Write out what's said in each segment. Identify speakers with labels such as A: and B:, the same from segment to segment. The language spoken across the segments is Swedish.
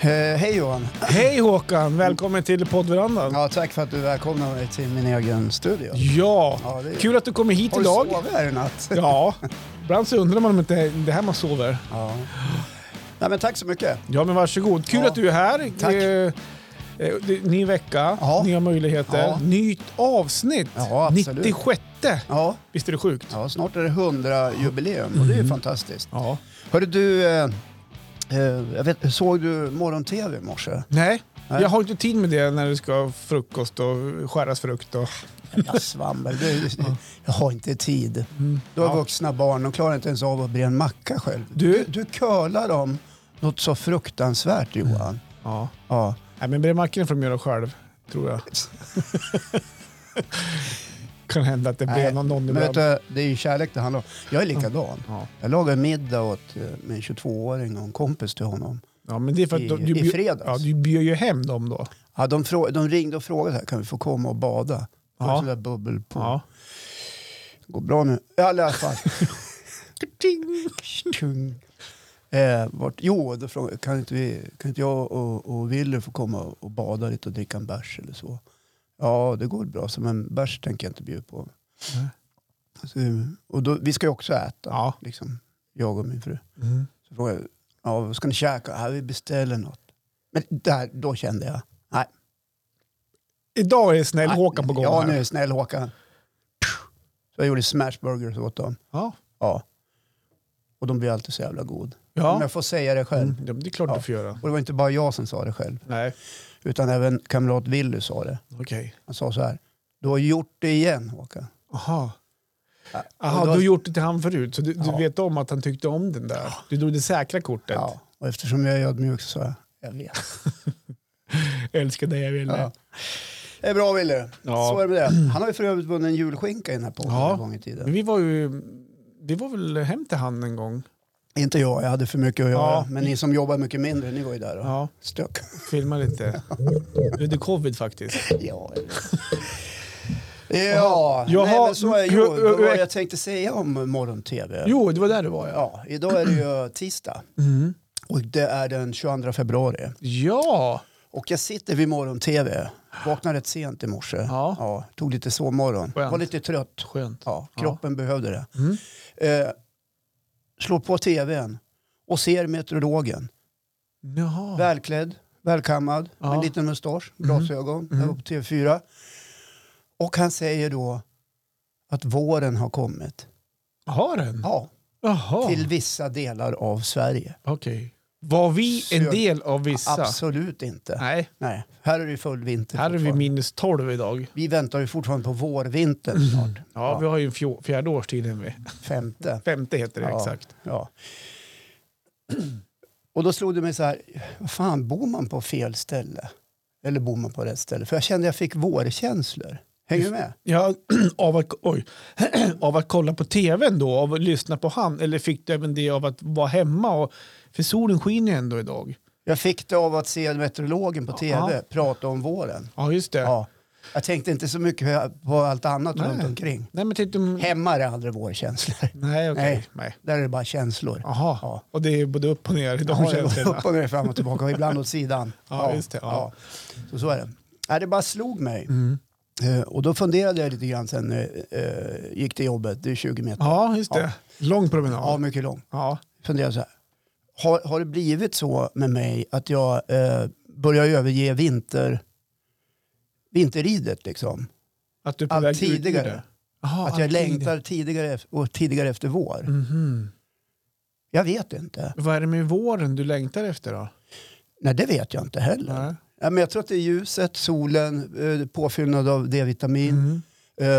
A: Eh, hej Johan!
B: Hej Håkan, välkommen till poddverandan.
A: Ja, tack för att du välkomnar mig till min egen studio.
B: Ja,
A: Ja, det är-
B: kul att du kommer hit
A: Har du
B: idag.
A: sovit här i natt?
B: Ja, ibland så undrar man om inte det är här man sover.
A: Ja. Nej, men tack så mycket.
B: Ja men varsågod, kul
A: Ja.
B: att du är här.
A: Tack.
B: Eh, eh, det- Ny vecka,
A: Ja.
B: nya möjligheter,
A: Ja.
B: nytt avsnitt.
A: Ja, absolut.
B: 96.
A: Ja,
B: Visst är det sjukt?
A: ja snart är det 100 jubileum och det är
B: Mm.
A: ju fantastiskt.
B: Ja.
A: Hörru du, eh, eh, jag vet, såg du morgon-tv i morse?
B: Nej,
A: Nej.
B: jag har inte tid med det när det ska ha frukost och skäras frukt. Och...
A: Jag svammel, du, jag har inte tid. Du har
B: Mm. Ja.
A: vuxna barn, de klarar inte ens av att bre en macka själv.
B: Du-
A: du curlar dem något så fruktansvärt
B: Mm.
A: Johan.
B: Ja.
A: Ja.
B: Nej men brevmackorna får de göra själv, tror jag. kan hända att det blir
A: Nej,
B: någon någon
A: Men
B: ibland.
A: vet du, det är ju kärlek det handlar om. Jag är likadan.
B: Ja.
A: Jag lagade middag åt eh, min 22-åring och en kompis till honom.
B: Ja, men det är för att
A: I-
B: de,
A: i
B: du, bjud-
A: fredags.
B: Ja, du bjöd ju hem dem då.
A: Ja, de, frå- de ringde och frågade här, kan vi få komma och bada. Det var
B: Ja.
A: sån där bubbel på.
B: Ja.
A: Går bra nu. Ja, i alla fall. Tung. Eh, vart, jo, då frågade, jag, kan, inte vi, kan inte jag och, och Wille få komma och bada lite och dricka en bärs eller så? Ja, det går bra, så men bärs tänker jag inte bjuda på.
B: Nej.
A: Så, och då, vi ska ju också äta,
B: Ja.
A: liksom, jag och min fru.
B: Mm.
A: Så frågade jag, ja, vad ska ni käka? Ja, vi beställer något. Men där, då kände jag, nej.
B: Idag är snäll
A: nej.
B: Håkan på gång
A: Ja,
B: här.
A: nu är snäll Håkan. Så jag gjorde smashburgers åt dem.
B: Ja.
A: Ja. Och de blir alltid så jävla god. Om
B: Ja.
A: jag får säga det själv.
B: Mm. ja, men det är klart
A: Ja.
B: du får göra.
A: Och det var inte bara jag som sa det själv,
B: Nej,
A: utan även kamrat Willy sa det.
B: okej.
A: Han sa så här, du har gjort det igen Håkan.
B: Aha.
A: Ja,
B: Aha,
A: och
B: du
A: då-
B: har gjort det till han förut, så du, du
A: Ja.
B: vet om att han tyckte om den där. Du drog det säkra kortet.
A: Ja. Och eftersom jag är ödmjuk så sa jag, jag vet.
B: Jag älskar dig, jag vill.
A: Ja. Det är bra Willy.
B: Ja.
A: Så är det med det. Han har ju för övrigt vunnit en julskinka i den här podden
B: Ja.
A: en gång i tiden.
B: Men vi var ju... Vi var väl hem till han en gång?
A: Inte jag, jag hade för mycket att göra.
B: Ja.
A: Men ni som jobbar mycket mindre, ni var ju där och
B: Ja,
A: stök.
B: filma lite. Nu är det covid faktiskt.
A: Ja, ja.
B: Jaha.
A: Nej, men så är
B: Hur-
A: jo,
B: hur-
A: vad
B: hur-
A: jag tänkte säga om morgon-tv.
B: Jo, det var där du var ja.
A: Ja, idag är det ju tisdag
B: Mm.
A: och det är den 22 februari.
B: Ja!
A: Och jag sitter vid morgon-tv. Vaknade rätt sent i morse.
B: Ja.
A: tog lite sovmorgon.
B: Skönt.
A: Var lite trött.
B: Skönt.
A: Ja,
B: Ja.
A: kroppen behövde det.
B: Mm.
A: Eh, slår på tvn och ser meteorologen.
B: Jaha.
A: Välklädd, välkammad, med en
B: Ja. Mm.
A: liten mustasch, glasögon. Jag var på TV4. Och han säger då att våren har kommit.
B: Har den?
A: Ja,
B: Jaha.
A: till vissa delar av Sverige.
B: Okej. Var vi en
A: Sö-
B: del av vissa?
A: Absolut inte.
B: Nej,
A: Nej, här är det full vinter
B: här är vi
A: fortfarande.
B: minus 12 idag.
A: vi väntar ju fortfarande på vårvintern
B: Mm.
A: snart.
B: Ja, vi har ju en fjå- fjärde årstid än vi.
A: Femte.
B: Femte heter det exakt.
A: Ja. Och då slog det mig så här, vad fan, bor man på fel ställe? Eller bor man på rätt ställe? För jag kände jag fick vårkänslor. Hänger du med?
B: Ja, av, att, oj, av att kolla på tvn då, av att lyssna på han, eller fick du även det av att vara hemma? Och, för solen skiner ju ändå idag.
A: Jag fick det av att se meteorologen på tv
B: Ja.
A: prata om våren.
B: Ja, just det.
A: Ja. Jag tänkte inte så mycket på allt annat
B: Nej.
A: runt omkring.
B: Nej, men titta om...
A: Hemma är det aldrig vårkänslor.
B: Nej, okej.
A: Nej.
B: Nej.
A: Där är det bara känslor.
B: Jaha,
A: Ja.
B: och det är både upp och ner i de
A: Ja, det går
B: känslorna.
A: upp och ner, fram och tillbaka och ibland åt sidan.
B: Ja, just det. Mm. Ja.
A: Så, så är det. Nej, det bara slog mig. Eh, Och då funderade jag lite grann sen eh, eh, gick till jobbet, det är 20 meter.
B: Ja, just det.
A: Ja.
B: Lång promenad.
A: Ja, mycket lång.
B: Ja.
A: Funderade så här. Har, har det blivit så med mig att jag eh, börjar överge vinter, vinterridet liksom?
B: Att du är på
A: Allt
B: väg ut ur
A: tidigare.
B: det. Jaha,
A: Att jag
B: allt tidigare.
A: längtar tidigare ef- och tidigare efter vår.
B: Mhm.
A: Jag vet inte.
B: Vad är det med våren du längtar efter då?
A: Nej, det vet jag inte heller.
B: Nej.
A: Ja, men jag tror att det är ljuset, solen, eh, påfyllnad av D-vitamin,
B: Mm.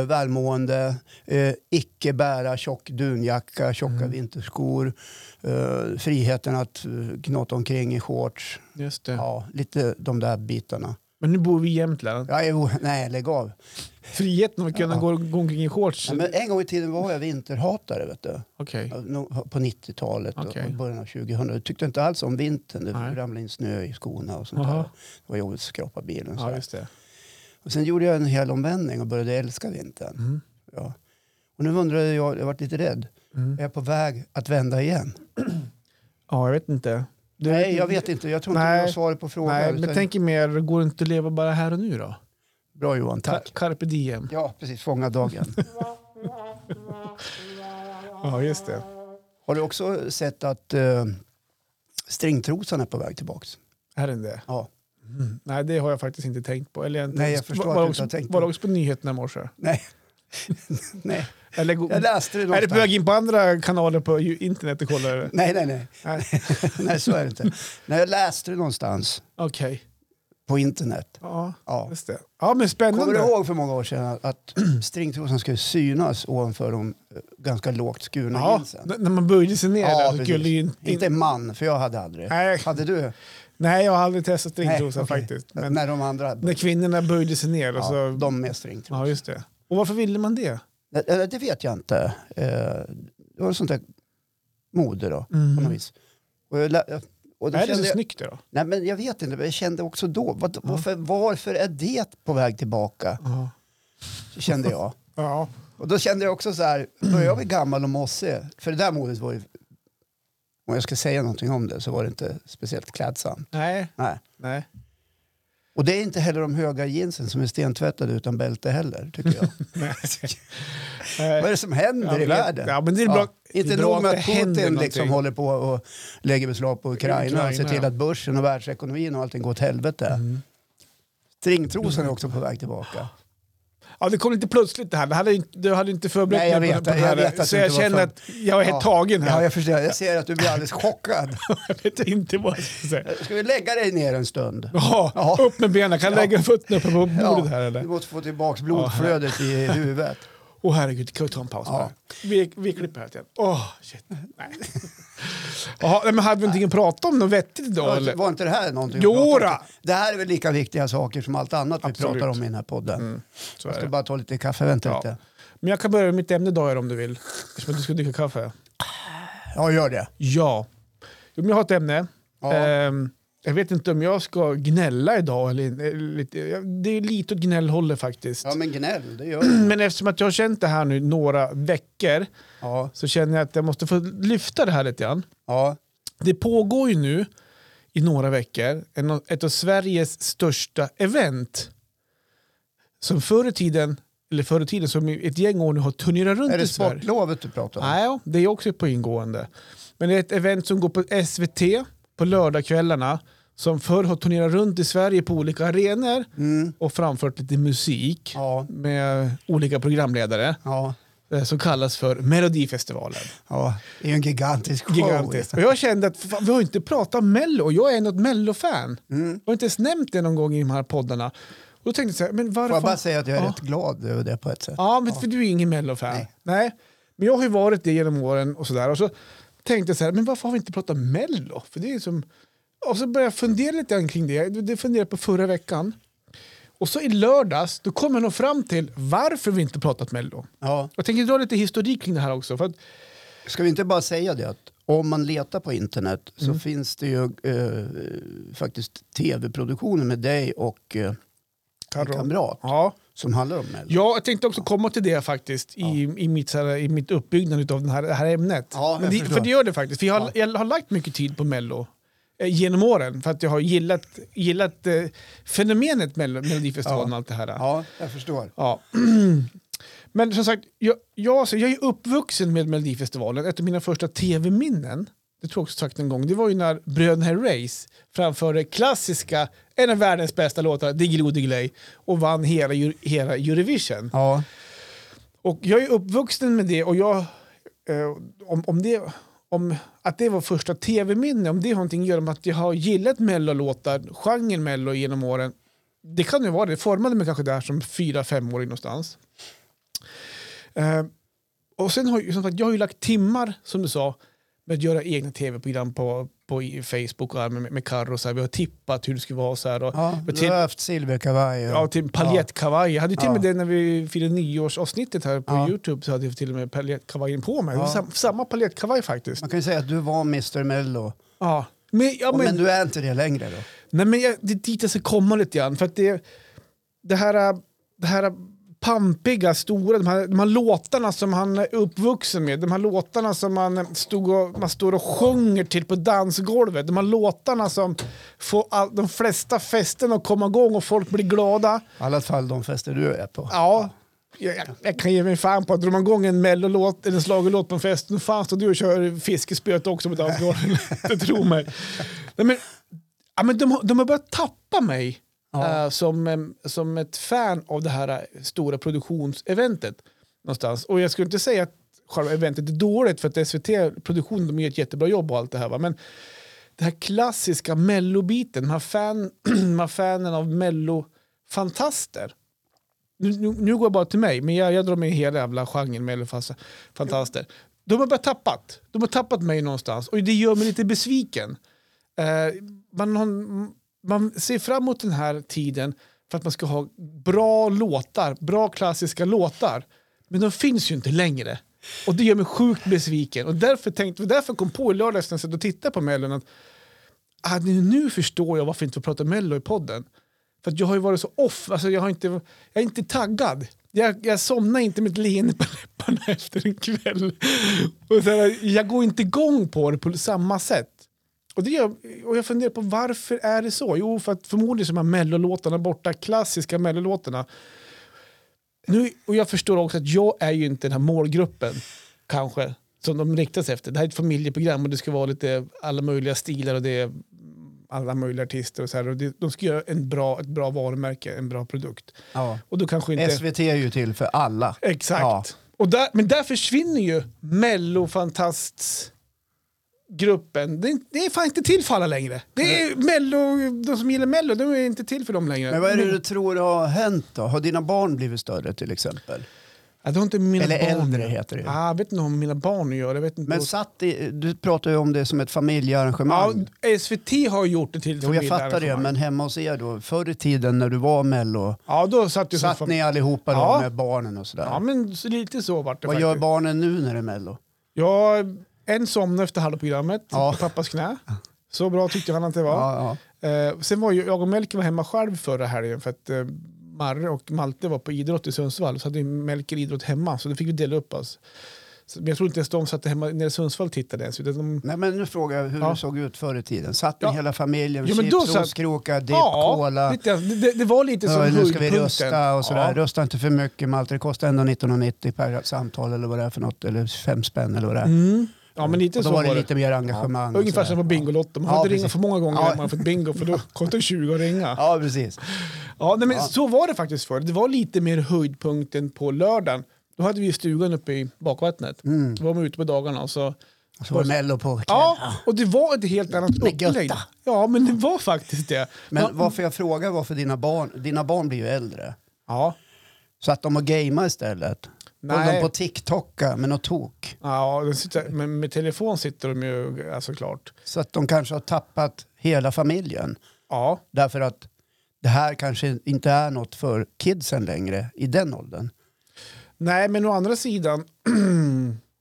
A: eh, välmående, eh, icke bära tjock dunjacka, tjocka
B: Mm.
A: vinterskor, eh, friheten att eh, knata omkring i shorts.
B: Just det.
A: Ja, lite de där bitarna.
B: Men nu bor vi i Jämtland.
A: Jag är, o- nej, lägg av.
B: Friheten att kunna
A: Ja.
B: gå, gå omkring i shorts.
A: Ja, men en gång i tiden var jag vinterhatare, vet du.
B: Okej.
A: På 90-talet
B: Okej.
A: och början av 2000. Jag tyckte inte alls om vintern. Det
B: Nej.
A: ramlade in snö i skorna och sånt
B: Jaha.
A: där. Det var jobbigt att skrapa bilen. och
B: Ja,
A: sådär.
B: just det.
A: och sen gjorde jag en hel omvändning och började älska vintern.
B: Mm.
A: Ja. Och nu undrar jag, jag varit lite rädd.
B: Mm.
A: Är jag på väg att vända igen?
B: Ja, jag vet inte. Du-
A: Nej, jag vet inte. Jag tror inte
B: Nej.
A: jag har svaret på frågan.
B: Nej, men
A: utan-
B: tänk er mer, går det inte att leva bara här och nu då?
A: Bra Johan, tack.
B: Ka- Carpe diem.
A: Ja, precis. Fånga dagen.
B: Ja, just det.
A: har du också sett att eh, stringtrosan är på väg tillbaks?
B: Är den det? Mm.
A: Ja.
B: Nej, det har jag faktiskt inte tänkt på. Eller jag inte,
A: Nej, jag förstår
B: var,
A: att
B: var
A: du
B: också,
A: inte har tänkt
B: Var
A: på
B: det
A: det.
B: också på nyheterna i morse?
A: Nej. nej,
B: Eller, go-
A: jag läste det
B: är det
A: någonstans.
B: på väg in på andra kanaler på ju- internet och kollar? det?
A: Nej, nej, nej.
B: Nej.
A: nej, så är det inte. Nej, jag läste det någonstans
B: Okej.
A: på internet.
B: Ja,
A: Ja.
B: just det. Ja, men
A: Kommer du
B: spännande.
A: ihåg för många år sedan att stringtrosan skulle synas ovanför de eh, ganska lågt skurna
B: Ja,
A: jeansen?
B: n- när man böjde sig ner
A: Ja,
B: där så
A: precis.
B: skulle ju inte...
A: Inte man, för jag hade aldrig.
B: nej,
A: Hade du?
B: nej, jag har aldrig testat stringtrosa
A: okej.
B: faktiskt. Men alltså-
A: När de andra,
B: när kvinnorna böjde sig ner och
A: ja,
B: så...
A: de med stringtrosa.
B: Ja, just det. Och varför ville man det?
A: Nej, eller eh, Det vet jag inte. Eh, Det var sånt där mode då, på något vis. Och jag, lä- och då
B: Är Mm. det så
A: kände jag,
B: snyggt då?
A: nej, men jag vet inte, men jag kände också då, vad, varför, varför är det på väg tillbaka?
B: Ja.
A: Kände jag.
B: ja.
A: Och då kände jag också så här, då är jag väl gammal och mossig. För det där modet var ju, om jag ska säga någonting om det så var det inte speciellt klädsamt.
B: Nej.
A: Nej.
B: Nej.
A: Och det är inte heller de höga jeansen som är stentvättade utan bälte heller, tycker jag. Vad
B: Eh,
A: är det som händer i
B: men-
A: världen?
B: Ja, men det är bra. det är
A: Inte
B: bra
A: nog med
B: det
A: att
B: händer
A: Putin
B: någonting.
A: liksom håller på och lägger beslag på Ukraina,
B: Ukraina,
A: och ser till
B: ja. Mm.
A: att börsen och världsekonomin och allting går åt helvete. Stringtrosan är också på väg tillbaka.
B: Ja, det kom lite plötsligt det här. Det hade, ju inte- du hade ju inte förberett
A: Nej, jag
B: mig på-
A: vet.
B: på det här.
A: Jag vet att
B: så
A: det
B: jag
A: inte var
B: känner
A: för-
B: att jag är helt
A: Ja.
B: tagen här.
A: Ja, jag förstår. Jag ser att du blir alldeles chockad.
B: jag vet inte vad jag ska säga.
A: Ska vi lägga dig ner en stund?
B: Ja,
A: Ja.
B: upp med benen. Kan jag lägga fötterna uppe på bordet här
A: du
B: eller?
A: måste få tillbaka blodflödet i huvudet.
B: Åh herregud, kan vi ta en paus
A: Ja.
B: bara? Vi, vi klipper här igen. Åh, shit. Nej. Jaha, nej, men hade vi någonting att prata om något vettigt idag eller?
A: Var inte det här någonting?
B: Jodå.
A: vi pratade om? Det här är väl lika viktiga saker som allt annat
B: Absolut. Mm,
A: vi pratar om i den här podden.
B: Så
A: Jag
B: är
A: ska
B: det.
A: bara ta lite kaffe, vänta
B: Ja.
A: lite.
B: Men jag kan börja med mitt ämne idag om du vill. Eftersom att du ska dricka kaffe.
A: Ja, gör det.
B: Ja. Jo, men jag har ett ämne.
A: Ja.
B: Ehm, jag vet inte om jag ska gnälla idag. Eller, eller lite, jag- det är lite åt gnällhållet faktiskt.
A: Ja, men gnäll, det gör
B: men...
A: det.
B: eftersom att jag har känt det här nu några veckor
A: Ja,
B: så känner jag att jag måste få lyfta det här lite grann.
A: ja.
B: Det pågår ju nu i några veckor en, ett av Sveriges största event. Som förr i tiden, eller förr i tiden, som i ett gäng år nu har turnerat runt
A: Är
B: i
A: det
B: Sverige.
A: sportlovet du pratar om?
B: Nej, ja, det är också på ingående. Men det är ett event som går på SVT på lördagskvällarna som förr har turnerat runt i Sverige på olika arenor
A: Mm.
B: och framfört lite musik
A: Ja.
B: med olika programledare
A: Ja.
B: eh, som kallas för Melodifestivalen.
A: ja, det är ju en gigantisk show. liksom.
B: Gigantiskt. Och jag kände att fan, vi har inte pratat Mello och jag är något Mello-fan.
A: Mm.
B: Jag har inte ens nämnt det någon gång i de här poddarna. Och då tänkte jag så här, men varför?
A: Får jag bara säga att jag är
B: Ja.
A: rätt glad över det på ett sätt?
B: Ja, men för du är ingen Mello-fan. Nej.
A: Nej.
B: Men jag har ju varit det genom åren och sådär. Och så tänkte jag så här, men varför har vi inte pratat Mello? För det är som... Och så började jag fundera lite grann kring det. Det funderade jag på förra veckan. Och så i lördags, då kom jag nog fram till varför vi inte pratat Mello.
A: Ja.
B: Jag tänker dra lite historik kring det här också. För att,
A: Ska vi inte bara säga det att om man letar på internet så
B: Mm.
A: finns det ju eh, faktiskt tv-produktioner med dig och eh, en kamrat
B: Ja.
A: som handlar om Mello.
B: ja, jag tänkte också komma till det faktiskt i, i, mitt, så här, i mitt uppbyggnad av här, det här ämnet.
A: Ja, jag
B: men det,
A: förstår.
B: för det gör det faktiskt. För jag, har, jag har lagt mycket tid på Mello eh, genom åren för att jag har gillat, gillat eh, fenomenet Mello, Melodifestivalen och allt det här.
A: Ja, jag förstår.
B: Ja. Men som sagt, jag, jag, alltså, jag är uppvuxen med Melodifestivalen. Ett av mina första tv-minnen, det tror jag också sagt en gång, det var ju när bröderna Herreys framförde klassiska, en av världens bästa låtar, Diggiloo Diggiley, och vann hela, Euro- hela Eurovision.
A: Ja,
B: Och jag är uppvuxen med det och jag, eh, om, om det, om att det var första tv-minne, om det har någonting att göra med att jag har gillat mellolåtar, genren mello genom åren, det kan ju vara det. Det formade mig kanske där som fyra, femåring någonstans. Eh, och sen har ju- som sagt, jag har ju lagt timmar, som du sa, med att göra egna tv-program på, på i- Facebook och här med, med Carro. och så här. Vi har tippat hur det skulle vara och så här. Och,
A: ja
B: och
A: du
B: till,
A: har haft silverkavaj. och-
B: Ja, till paljettkavaj. Jag hade ju till och med
A: Ja.
B: det när vi firade nyårsavsnittet här på
A: Ja.
B: Youtube så hade jag till och med paljettkavajen på mig. Det var
A: Ja.
B: Sam, samma paljettkavaj faktiskt.
A: Man kan ju säga att du var Mr Mello,
B: Ja. Men, ja, men,
A: men du är inte det längre då?
B: nej, men jag, det är dit jag ska komma lite grann. För att det, det, här, det här pampiga, stora, de här, de här låtarna som han är uppvuxen med, de här låtarna som man, stod och, man står och sjunger till på dansgolvet, de här låtarna som får all, de flesta festerna att komma igång och folk blir glada.
A: I alla fall de fester du är på.
B: Ja, jag, jag, jag kan ge mig fan på att drar man igång en mellolåt eller schlagerlåt på en fest, nu fan står du och kör fiskespöet också på dansgolvet. det tror mig. Nej, men, ja, men de, har- de har börjat tappa mig
A: Ja.
B: eh, som, eh, som ett fan av det här eh, stora produktionseventet. Någonstans. Och jag skulle inte säga att själva eventet är dåligt för att SVT Produktion de gör ett jättebra jobb och allt det här. Va? Men det här klassiska mellobiten, de här, fan, de här fanen av mellofantaster. Nu, nu, nu går jag bara till mig, men jag, jag drar med hela jävla genren mellofantaster. De har bara tappat. De har tappat mig någonstans och det gör mig lite besviken. Eh, man, har, man ser fram emot den här tiden för att man ska ha bra låtar, bra klassiska låtar. Men de finns ju inte längre. Och det gör mig sjukt besviken. Och därför, tänkte, därför kom på i lördags när jag satt och tittade på Mellon att ah, nu- nu förstår jag varför inte får prata Mello i podden. För att jag har ju varit så off, alltså jag, har inte, jag är inte taggad. Jag, jag somnar inte med ett leende på läpparna efter en kväll. Och så här, jag går inte igång på det på samma sätt. Och, det gör, och jag funderar på varför är det så? Jo, för att förmodligen så är de här mellolåtarna borta, klassiska mellolåtarna. Nu, och jag förstår också att jag är ju inte den här målgruppen, kanske, som de riktar sig efter. Det här är ett familjeprogram och det ska vara lite alla möjliga stilar och det är alla möjliga artister och så här. Och det, de ska göra en bra, ett bra varumärke, en bra produkt.
A: Ja.
B: Och då kanske inte...
A: SVT är ju till för alla.
B: Exakt.
A: Ja.
B: Och där, men där försvinner ju mellofantastgruppen. Det, är- det är fan inte till för alla längre. Det är mello, de som gillar mello, de är inte till för dem längre.
A: Men vad är det du tror har hänt då? Har dina barn blivit större till exempel?
B: ja, det har inte med mina
A: Eller
B: barn
A: äldre
B: att göra.
A: heter det ju.
B: Ah, jag vet inte om mina barn gör det. Jag Vet inte
A: Men
B: vad-
A: satt i, du pratar ju om det som ett familjearrangemang.
B: ja, SVT har gjort det till
A: Jo, jag fattar det,
B: familjearrangemang.
A: men hemma hos er då, förr i tiden när du var mello,
B: Ja, då satt ju
A: satt
B: soffan-
A: ni allihopa då
B: Ja.
A: med barnen och sådär?
B: Ja, men så lite så vart det
A: Vad
B: faktiskt.
A: gör barnen nu när det är mello?
B: Ja, en somnade efter halva programmet
A: Ja.
B: på pappas knä. Så bra tyckte han att det var.
A: Ja,
B: Eh, sen var ju, jag och Melker var hemma själv förra helgen för att eh, Marre och Malte var på idrott i Sundsvall så hade ju Melker idrott hemma så då fick vi dela upp oss. Så, men jag tror inte ens de satt hemma nere i Sundsvall och tittade ens. Utan de,
A: Nej, men nu frågar jag hur
B: Ja.
A: du såg ut förr i tiden. Satt ni
B: Ja.
A: hela familjen,
B: Jo, men då
A: chips,
B: satt-
A: ostkrokar, dipp, cola?
B: lite, det, det, det var lite som
A: Ja, nu ska vi
B: höjdpunkten.
A: rösta och sådär.
B: Ja.
A: Rösta inte för mycket Malte, det kostar ändå 1990 per samtal eller vad det är för något. Eller fem spänn eller vad det är.
B: Mm. ja, men lite
A: och då
B: så
A: var det
B: var det.
A: lite mer engagemang. och
B: Ungefär
A: sådär.
B: som på Bingolotto, man får
A: Ja,
B: inte ringa
A: precis.
B: för många gånger
A: Ja.
B: när man har fått bingo för då kostar det 20 att ringa.
A: Ja, Ja, precis.
B: Ja, nej, men
A: Ja.
B: så var det faktiskt förr. Det var lite mer höjdpunkten på lördagen. Då hade vi stugan uppe i bakvattnet.
A: Mm.
B: Då var man ute på dagarna och så...
A: Och Så var det mello på
B: Ja,
A: kvällen.
B: och det var ett helt annat
A: Med götta.
B: upplägg. Ja, men det var faktiskt det.
A: Men
B: Man-
A: varför jag frågar varför dina barn, dina barn blir ju äldre.
B: Ja,
A: Så att de har gamea istället. Håller de
B: Nej.
A: på TikToka med något tok.
B: ja de sitter, men med telefon sitter de ju alltså, ja, såklart.
A: Så att de kanske har tappat hela familjen.
B: Ja,
A: Därför att det här kanske inte är något för kidsen längre i den åldern.
B: nej, men å andra sidan...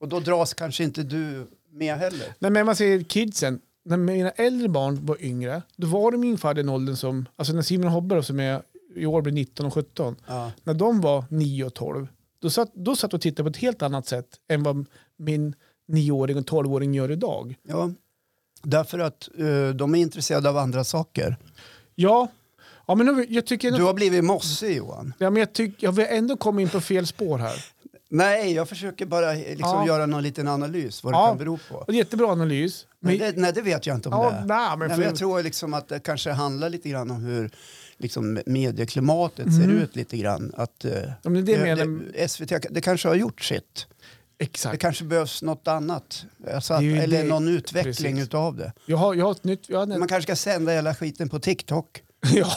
A: Och då dras kanske inte du med heller.
B: Nej, men man säger kidsen. När mina äldre barn var yngre, då var de ungefär den åldern som... Alltså när Simon och Hobbe då, som är, i år blir 19 och 17,
A: Ja.
B: när de var 9 och 12, då satt, då satt och tittade på ett helt annat sätt än vad min 9-åring och 12-åring gör idag.
A: ja. Därför att eh, de är intresserade av andra saker.
B: Ja, ja men nu- jag tycker...
A: Du har blivit mossig Johan.
B: Ja, men jag, tyck, jag vill ändå komma in på fel spår här.
A: Nej, jag försöker bara eh, liksom
B: Ja.
A: göra någon liten analys vad det
B: Ja.
A: kan bero på.
B: Och det är Jättebra analys. Men,
A: Men det, nej, det vet jag inte om
B: ja,
A: det är.
B: nej, men
A: Nej,
B: för,
A: men jag tror liksom att det kanske handlar lite grann om hur liksom, medieklimatet ser ut lite grann. Att, eh,
B: ja, men det
A: Mm. det,
B: menar
A: det, SVT det kanske har gjort sitt. Det
B: Exakt.
A: kanske behövs något annat. Alltså att,
B: Det är ju
A: eller
B: det-
A: någon utveckling
B: precis.
A: utav det.
B: Jag har, jag har ett nytt... Jag har
A: Man kanske ska sända hela skiten på TikTok.
B: ja.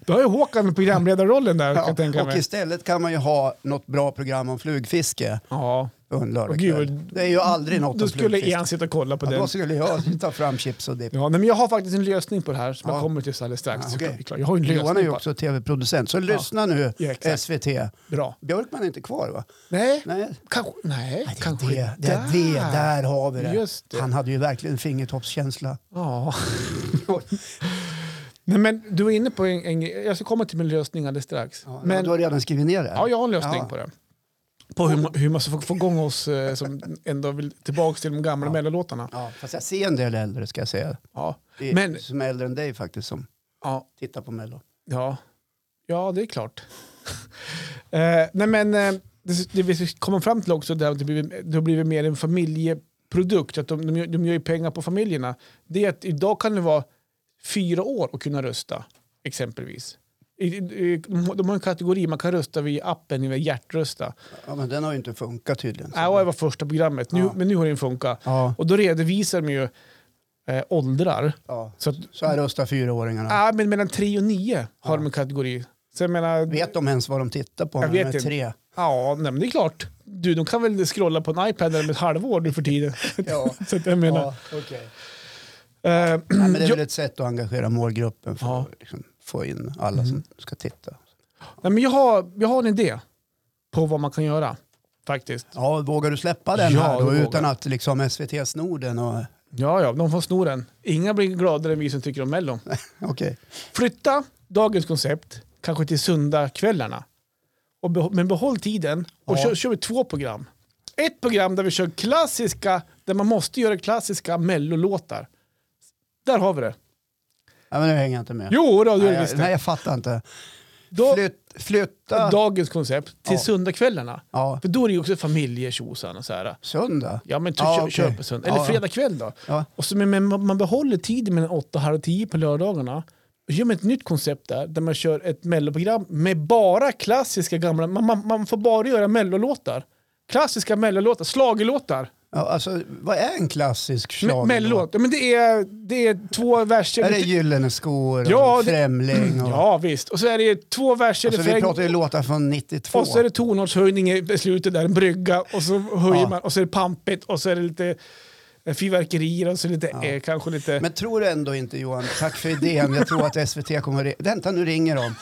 B: Då har ju Håkan med programledarrollen där, kan jag tänka
A: och
B: mig.
A: istället kan man ju ha något bra program om flugfiske
B: Ja,
A: på en
B: Åh,
A: lördagkväll.
B: gud.
A: Det är ju aldrig något
B: då
A: om
B: skulle
A: flugfiske.
B: Ian sitta och kolla på
A: Ja,
B: den.
A: då skulle jag ta fram chips och dipp.
B: Ja, nej, men jag har faktiskt en lösning på det här som
A: Ja.
B: jag kommer till alldeles strax.
A: Ja, okej.
B: såklart. Jag har ju en lösning.
A: Johan är ju
B: på-
A: också tv-producent, så lyssna nu
B: Ja, exakt.
A: SVT.
B: Bra.
A: Björkman är inte kvar va?
B: Nej,
A: Nej,
B: kanske... Nej,
A: det är
B: kanske
A: det. Det, är det. Där har vi det.
B: Just det.
A: Han hade ju verkligen fingertoppskänsla.
B: Ja. Nej, men du är inne på en, en Jag ska komma till min lösning alldeles strax.
A: Ja,
B: men,
A: Du har redan skrivit ner det?
B: Ja, jag har en lösning
A: Ja.
B: på det. På hur, ma- hur man ska få, få igång oss eh, som ändå vill tillbaka till de gamla
A: Ja.
B: mellolåtarna.
A: Ja, fast jag ser en del äldre ska jag säga.
B: Ja.
A: Det är,
B: Men-
A: Som är äldre än dig faktiskt som
B: Ja,
A: tittar på Mello.
B: ja. ja, det är klart. eh, nej, men eh, det, det vi ska komma fram till också där att det blivit, det har blivit mer en familjeprodukt. Att de, de, gör- de gör ju pengar på familjerna. Det är att idag kan det vara fyra år att kunna rösta, exempelvis. I- i- de- De har en kategori, man kan rösta via appen, via hjärtrösta.
A: Ja, men den har ju inte funkat tydligen. Så-
B: Äh, och det var första programmet, nu,
A: Ja.
B: men nu har den funkat.
A: Ja,
B: Och då redovisar de ju eh, åldrar.
A: ja.
B: Så att,
A: Så här röstar fyraåringarna.
B: ah, men mellan 3 och 9 har
A: Ja.
B: de en kategori. Så jag menar,
A: Vet de ens vad de tittar på
B: Jag
A: när de
B: vet
A: är
B: inte.
A: tre?
B: ja, nej, men det är klart. Du, de kan väl scrolla på en iPad om ett halvår nu för tiden.
A: Ja.
B: Så att jag menar,
A: Ja, okej.
B: eh,
A: Nej, men det är
B: Jo.
A: väl ett sätt att engagera målgruppen för
B: Ja. Mm.
A: att liksom få in alla som ska titta.
B: nej, men jag, har, jag har en idé på vad man kan göra faktiskt.
A: Ja, vågar du släppa den
B: Ja,
A: här då,
B: det vågar
A: utan att liksom SVT snor den? och-
B: Ja, ja, de får sno den. Inga blir gladare än vi som tycker om Mello.
A: Okej.
B: Flytta dagens koncept kanske till söndagskvällarna. Och beho- men behåll tiden och
A: Ja.
B: kör, kör vi två program. Ett program där vi kör klassiska, där man måste göra klassiska mellolåtar. Där har vi det.
A: Ja, men nu hänger jag inte med.
B: Jo, då, du
A: nej,
B: nej,
A: jag, nej, jag fattar inte.
B: då,
A: Flytt, flytta.
B: Dagens koncept till
A: Ja.
B: söndagskvällarna.
A: Ja,
B: För då är det ju också familjetjosan och så här.
A: söndag.
B: Ja, men
A: Ja,
B: kö-
A: okej.
B: köp på söndag. Eller
A: Ja, ja.
B: fredag kväll då.
A: Ja.
B: Och så, men- men man man behåller tiden mellan 8, halv 10 på lördagarna. Och gör man ett nytt koncept där, där man kör ett melloprogram med bara klassiska gamla, man, man, man får bara göra mellolåtar. Klassiska mellolåtar, schlagerlåtar.
A: Ja, alltså, vad är en klassisk
B: Me-
A: schlagerlåt?
B: Mellolåt. Ja, men det är, det är två verser.
A: Är det Gyllene skor och
B: Ja, det-
A: Främling? Och...
B: Ja visst, och så är det två verser,
A: alltså, vi
B: refräng.
A: pratar ju låtar från 92.
B: Och så är det tonartshöjning i slutet där, en brygga. Och så höjer
A: Ja.
B: man, och så är det pampigt, och så är det lite eh, fyrverkerier och så lite,
A: Ja.
B: eh, kanske lite...
A: Men tror du ändå inte Johan, tack för idén, jag tror att SVT kommer att... Vänta nu ringer de.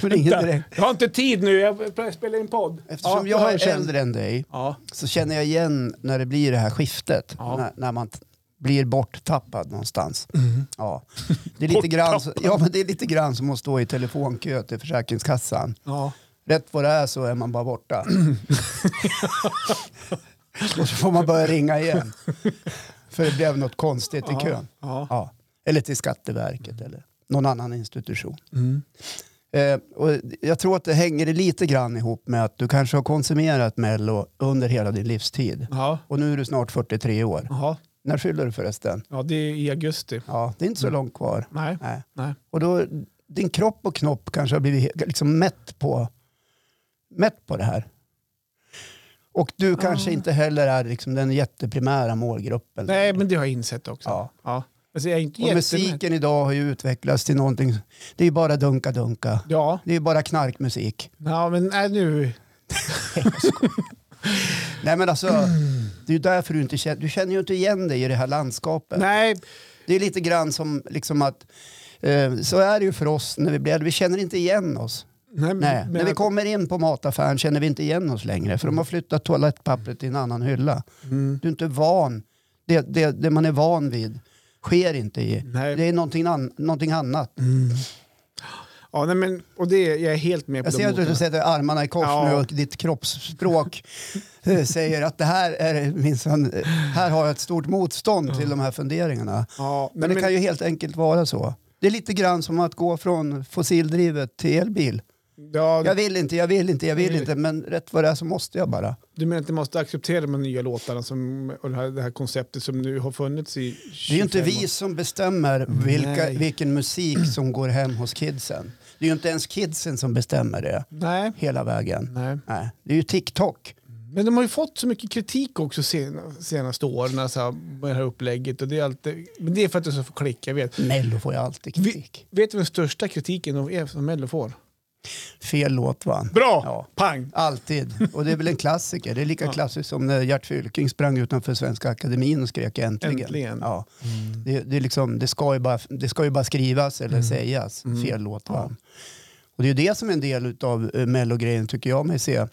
A: De ringer direkt.
B: Jag har inte tid nu, jag spelar in podd.
A: Eftersom jag
B: Ja, hörs
A: är
B: sen.
A: äldre än dig
B: Ja,
A: så känner jag igen när det blir det här skiftet.
B: Ja.
A: När, när man t- blir borttappad någonstans.
B: Mm.
A: Ja. Det, är lite grann, så- ja, men det är lite grann som att stå i telefonkö till Försäkringskassan.
B: ja.
A: Rätt vad det är så är man bara borta. Och så får man börja ringa igen. För det blev något konstigt i kön.
B: ja.
A: Ja. Eller till Skatteverket eller någon annan institution.
B: Mm.
A: Eh, och jag tror att det hänger lite grann ihop med att du kanske har konsumerat Mello under hela din livstid.
B: Ja.
A: Och nu är du snart 43 år.
B: Jaha.
A: När fyller du förresten?
B: ja, det är i augusti.
A: Ja, det är inte så
B: Mm.
A: långt kvar.
B: Nej,
A: Nej.
B: nej.
A: Och då, din kropp och knopp kanske har blivit he- liksom mätt, på, mätt på det här. Och du kanske inte heller är liksom den jätteprimära målgruppen.
B: Nej, men det har jag insett också. Ja.
A: Ja.
B: Alltså, jag är inte
A: Och
B: jättenöjd.
A: musiken idag har ju utvecklats till någonting. Det är ju bara dunka-dunka.
B: Ja,
A: Det är ju bara knarkmusik.
B: ja men nej, nu...
A: Nej men alltså, det är ju därför du inte känner, du känner ju inte igen dig i det här landskapet.
B: Nej,
A: Det är lite grann som liksom att, eh, så är det ju för oss när vi blir äldre, vi känner inte igen oss.
B: nej,
A: Nej.
B: Mm. men-
A: När vi kommer in på mataffären känner vi inte igen oss längre för de har flyttat toalettpappret till en annan hylla.
B: Mm.
A: Du är inte van, det, det, det man är van vid sker inte i,
B: Nej. Mm,
A: det är någonting, an, någonting annat.
B: Ja, nej, men, och det, jag är helt med på
A: Jag
B: de
A: ser att du
B: noterna.
A: sätter armarna i kors
B: Ja.
A: nu och ditt kroppsspråk eh, säger att det här är minsann, eh, här har jag ett stort motstånd till de här funderingarna.
B: Ja, nej,
A: Men det kan ju helt enkelt vara så. Det är lite grann som att gå från fossildrivet till elbil.
B: ja,
A: Jag vill inte, jag vill inte, jag vill
B: Mm.
A: inte, men rätt vad det är så måste jag bara.
B: Du menar att du måste acceptera de här nya låtarna som, och det här, det här konceptet som nu har funnits i 25
A: Det är ju inte
B: år?
A: vi som bestämmer vilka,
B: Nej.
A: vilken musik som går hem hos kidsen. Det är ju inte ens kidsen som bestämmer det
B: Nej.
A: hela vägen.
B: Nej.
A: Nej, det är ju TikTok.
B: Men de har ju fått så mycket kritik också sen, senaste åren, alltså, med det här upplägget. Och det, är alltid, men det är för att det är så få klick, jag vet.
A: Mello får ju alltid
B: Vi,
A: kritik.
B: vet du vad den största kritiken de är som Mello får?
A: Fel låt vann.
B: Bra!
A: Ja.
B: Pang!
A: Alltid. Och det är väl en klassiker. Det är lika
B: Ja.
A: klassiskt som när Gert Fylking sprang utanför Svenska Akademin och skrek äntligen.
B: Äntligen.
A: Ja. Det, det, är liksom, det, ska ju bara, det ska ju bara skrivas eller sägas.
B: Mm. Mm.
A: Fel låt vann. Och det är ju det som är en del av mellogrejen tycker jag mig se.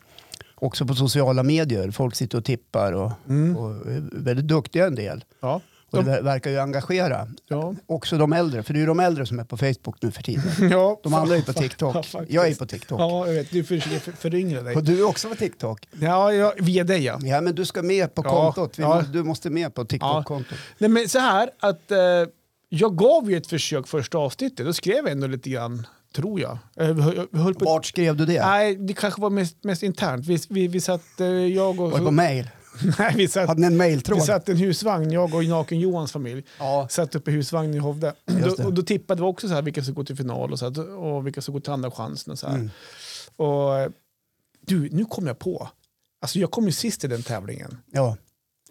A: Också på sociala medier. Folk sitter och tippar och,
B: Mm.
A: och är väldigt duktiga en del.
B: Ja.
A: Och det ver- verkar ju engagera
B: Ja.
A: också de äldre. För det är ju de äldre som är på Facebook nu för tiden.
B: ja
A: De andra är ju på
B: fa- fa- ja,
A: TikTok.
B: faktiskt.
A: Jag är på TikTok.
B: Ja, jag vet. Du försöker för- föryngra dig.
A: Och du är också på TikTok.
B: Ja, ja, via dig ja.
A: Ja, men du ska med på
B: Ja,
A: kontot. Vi
B: ja.
A: må, du måste med på TikTok-kontot.
B: Nej, men så här att eh, jag gav ju ett försök första avsnittet. Då skrev jag ändå lite grann, tror jag. Eh, vi höll- vi höll på,
A: Vart skrev du det?
B: nej, det kanske var mest, mest internt. Vi, vi, vi satt, eh, jag
A: Var det på
B: och...
A: mail?
B: Nej, vi satt,
A: Hade ni en
B: vi
A: mailtråd?
B: satt i en husvagn, jag och Naken Johans familj.
A: Ja.
B: Satt uppe i husvagnen i Hovde.
A: Just
B: Då,
A: det.
B: och då tippade vi också så här vilka som går till final och, så här, och vilka som går till andra chansen. Och så här.
A: Mm.
B: Och, eh, du, nu kom jag på. Alltså jag kom ju sist i den tävlingen.
A: ja.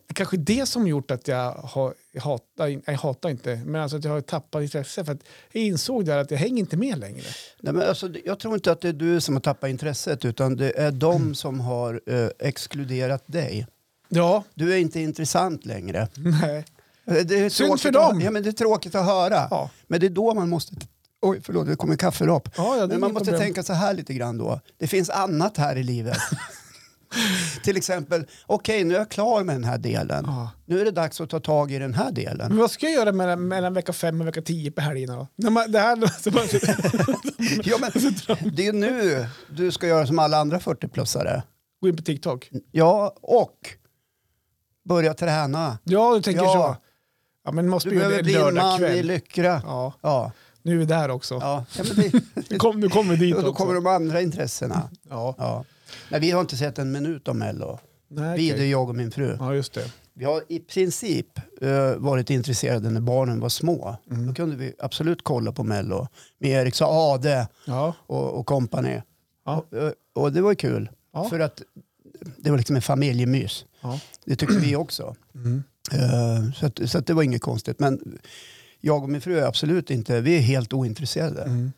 B: Det kanske är det som gjort att jag har, jag hatar, nej, jag hatar inte, men alltså att jag har tappat intresse för att jag insåg där att jag hänger inte med längre.
A: Nej, men alltså, jag tror inte att det är du som har tappat intresset utan det är de
B: Mm.
A: som har eh, exkluderat dig.
B: Ja,
A: Du är inte intressant längre.
B: nej.
A: Eh, Det är
B: Synd
A: tråkigt
B: för dem.
A: Att, ja, men det är tråkigt att höra.
B: Ja,
A: Men det är då man måste... Oj, förlåt, det kom en kafferap.
B: ja, ja det är
A: Men man måste
B: problem.
A: tänka så här lite grann då. Det finns annat här i livet. Till exempel, okej nu är jag klar med den här delen.
B: Ja.
A: Nu är det dags att ta tag i den här delen.
B: Men vad ska jag göra mellan, mellan vecka fem och vecka tio på helgerna då? När man, det här, så man,
A: Ja, men, det är ju nu du ska göra som alla andra 40-plussare.
B: gå in på TikTok?
A: Ja, och börja träna.
B: Ja, du tänker
A: Ja.
B: så. Ja, men måste
A: Du
B: ju göra
A: behöver
B: det
A: bli en
B: lördag
A: man i
B: kväll.
A: Lyckra.
B: Ja,
A: Ja,
B: nu är vi där också.
A: ja. ja men det,
B: Nu kom- Nu kommer vi dit
A: och
B: också.
A: då kommer de andra intressena.
B: Ja,
A: Ja. Nej, vi har inte sett en minut om Mello.
B: nej,
A: Vi, det är
B: okej.
A: jag och min fru.
B: ja just det.
A: Vi har i princip eh, varit intresserade när barnen var små.
B: Mm.
A: Då kunde vi absolut kolla på Mello med Erik Saade
B: Ja,
A: och, och company.
B: Ja.
A: Och, eh, och det var ju kul.
B: Ja.
A: För att det var liksom en familjemys.
B: ja.
A: Det tyckte vi också.
B: Mm.
A: Eh, Så, att, så att det var inget konstigt. Men jag och min fru är absolut inte, vi är helt ointresserade.
B: Mm.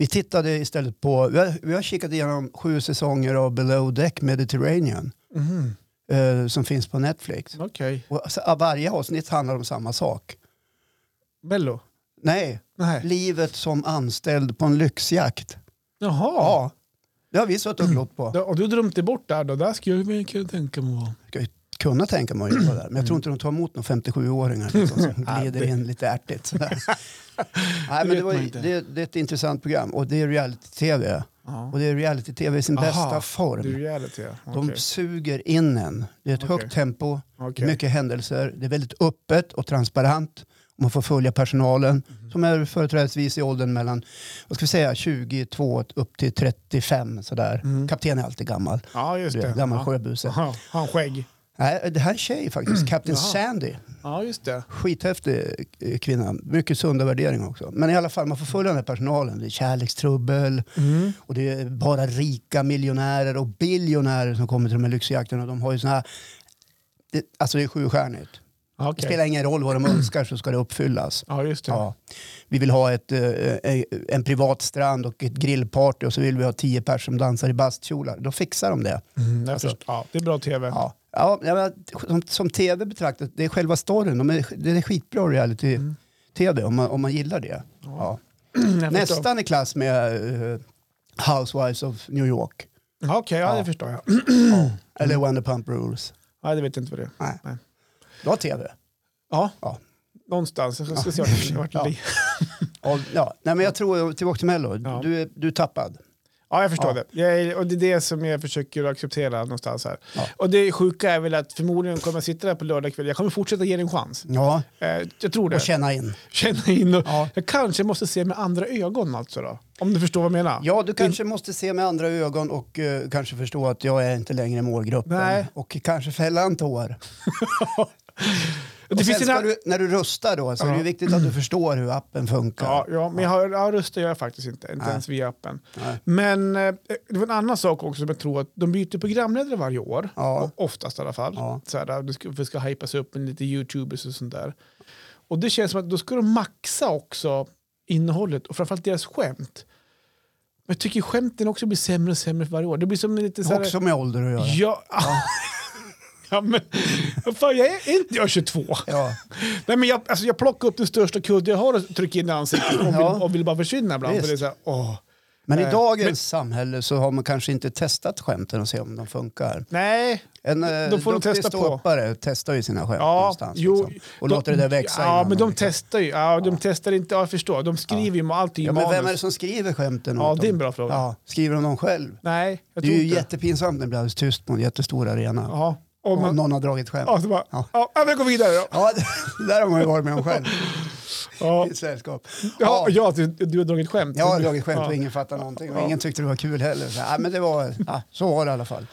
A: Vi tittade istället på, vi har, vi har kikat igenom sju säsonger av Below Deck Mediterranean
B: Mm.
A: eh, som finns på Netflix.
B: Okej.
A: Och alltså, av varje avsnitt handlar om samma sak.
B: Bello?
A: Nej,
B: Nej.
A: livet som anställd på en lyxjakt.
B: Jaha.
A: Ja, det har vi suttit och glott på.
B: Ja, Och du drömde bort där då? Där skulle jag väl kunna tänka mig vara.
A: Kunna tänka mig att jobba där, men jag tror
B: Mm.
A: inte de tar emot några 57-åringar liksom, som glider in lite ärtigt. sådär. Nej, men
B: vet
A: det, var,
B: man
A: ju-
B: inte.
A: det, det är ett intressant program och det är reality-tv.
B: Ja.
A: Och det är reality-tv i sin
B: Aha,
A: bästa
B: Du är
A: form.
B: jävligt ja.
A: De
B: Okej.
A: suger in en. Det är ett
B: Okej.
A: högt tempo, det
B: Okej.
A: är mycket händelser, det är väldigt öppet och transparent. Och Man får följa personalen
B: Mhm.
A: som är företrädesvis i åldern mellan vad ska vi säga, 22 upp till 35. Sådär.
B: Mm.
A: Kapten är alltid gammal,
B: Ja, just
A: du
B: det.
A: vet, gammal
B: ja.
A: sjöbuse.
B: Aha, Han skägg.
A: Nej, det här är en tjej faktiskt, Kapten
B: Mm. Jaha.
A: Sandy.
B: Ja, just det.
A: Skithäftig eh, kvinna, mycket sunda värderingar också. Men i alla fall, man får följa den här personalen. Det är kärlekstrubbel
B: Mm.
A: och det är bara rika miljonärer och biljonärer som kommer till de här lyxjakterna. De har ju såna här... Det, alltså det är sjustjärnigt. Det
B: Okej.
A: spelar ingen roll vad de önskar så ska det uppfyllas.
B: Ja, just det.
A: Ja. Vi vill ha ett, eh, eh, en privat strand och ett grillparty och så vill vi ha tio personer som dansar i bastkjolar. Då fixar de det.
B: Mm, jag
A: Alltså-
B: först- ja, det är bra tv.
A: Ja. Ja, ja, men som, som tv betraktat, det är själva storyn. De är, det är skitbra
B: Mm.
A: reality-tv om man, om man gillar det. Ja.
B: Jag förstår.
A: Nästan i klass med eh, Housewives of New York.
B: Ja, Okej, ja, det
A: Ja.
B: förstår jag. Mm.
A: Eller Wonderpump Rules.
B: Ja, det vet jag inte vad det är.
A: Bra tv.
B: Ja,
A: Ja.
B: någonstans. Jag ska se vart- vart det
A: Ja.
B: ligger.
A: Och, ja. Nej, men jag tror, tillbaka till Mello,
B: Ja.
A: du, är, du är tappad.
B: Ja, jag förstår
A: Ja.
B: det. Jag är, och det är det som jag försöker acceptera någonstans här.
A: Ja.
B: Och det sjuka är väl att förmodligen kommer jag sitta där på lördag kväll. Jag kommer fortsätta ge det en chans.
A: Ja,
B: Eh, jag tror det.
A: och känna in.
B: känna in och
A: Ja.
B: jag kanske måste se med andra ögon alltså då. Om du förstår vad jag menar.
A: Ja, du kanske måste se med andra ögon och eh, kanske förstå att jag är inte längre målgruppen.
B: Nej.
A: Och kanske fälla en tår.
B: det
A: Och sen
B: finns en
A: ska
B: annan-
A: du, när du röstar då, så är det
B: Ja.
A: ju viktigt att du förstår hur appen funkar.
B: Ja, ja, men jag har, ja, röstar gör jag faktiskt inte, inte
A: Nej.
B: ens via appen.
A: Nej.
B: Men eh, det var en annan sak också som jag tror att de byter programledare varje år,
A: Ja.
B: o- oftast i alla fall.
A: Ja.
B: Så här, det ska, vi ska hypas upp med lite youtubers och sånt där. Och det känns som att då ska de maxa också innehållet och framförallt deras skämt. Men jag tycker skämten också blir sämre och sämre för varje år. Det blir som lite så
A: Det
B: här,
A: har också med ålder att göra.
B: Ja. ja men, vad fan, jag är är inte jag 22.
A: Ja.
B: Nej, men jag, alltså, jag plockar upp den största kudden jag har och trycker in i ansiktet och,
A: Ja.
B: vill, och vill bara försvinna ibland. För
A: Visst.
B: det är så här, åh.
A: Men i
B: Eh,
A: dagens
B: men-
A: samhälle så har man kanske inte testat skämten och se om de funkar.
B: Nej,
A: En eh,
B: Då får de
A: duktig
B: testa på.
A: ståuppare testar ju sina skämt
B: Ja,
A: någonstans.
B: jo,
A: liksom. Och
B: de-
A: låter det där växa.
B: ja,
A: innan
B: men de
A: liksom-
B: testar ju. Ja, de testar inte, ja, jag förstår. De skriver ju allt i
A: Ja, men
B: manus.
A: vem är det som skriver skämten?
B: Ja,
A: åt
B: det är en
A: dem?
B: bra fråga.
A: Ja, skriver de dem själv?
B: Nej, jag
A: Det
B: tror
A: är ju
B: inte.
A: jättepinsamt när det blir alldeles tyst på en jättestor arena.
B: Ja, om
A: Om
B: man,
A: någon har dragit skämt.
B: ja, så bara,
A: Ja.
B: ja. ja, vi går vidare då.
A: Ja, det där har man ju varit med om själv
B: Ja,
A: i ett sällskap.
B: ja, ja du, du har dragit skämt.
A: Jag har dragit skämt
B: Ja.
A: och ingen fattar någonting och
B: Ja.
A: ingen tyckte det var kul heller. Så, ja, men det var, ja, så var det i alla fall.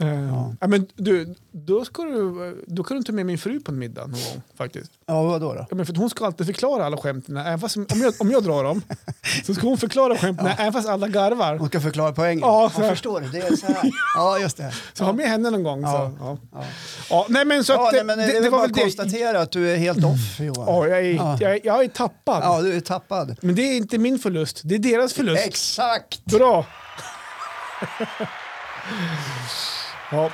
B: Eh, ja, men du, då, ska du, då kan du ta med min fru på en middag någon gång faktiskt.
A: Ja, vadå då?
B: Ja, men för att hon ska alltid förklara alla skämten. Även fast, om, jag, om jag drar dem så ska hon förklara skämten även fast alla garvar.
A: Hon ska förklara poängen.
B: Ja, så
A: jag
B: här.
A: förstår det. Det är så här. Ja, just det.
B: Så ha med henne någon gång.
A: Ja.
B: Så, ja.
A: Ja.
B: Ja, nej, men så att,
A: Ja,
B: det,
A: nej, men det,
B: det,
A: är väl
B: var
A: bara
B: väl
A: att
B: det. Mm.
A: konstatera att du är helt off Johan.
B: Ja, jag, är,
A: Ja.
B: jag, är- jag är tappad.
A: Ja, du är tappad.
B: Men det är inte min förlust, det är deras förlust.
A: Exakt!
B: Bra! ja,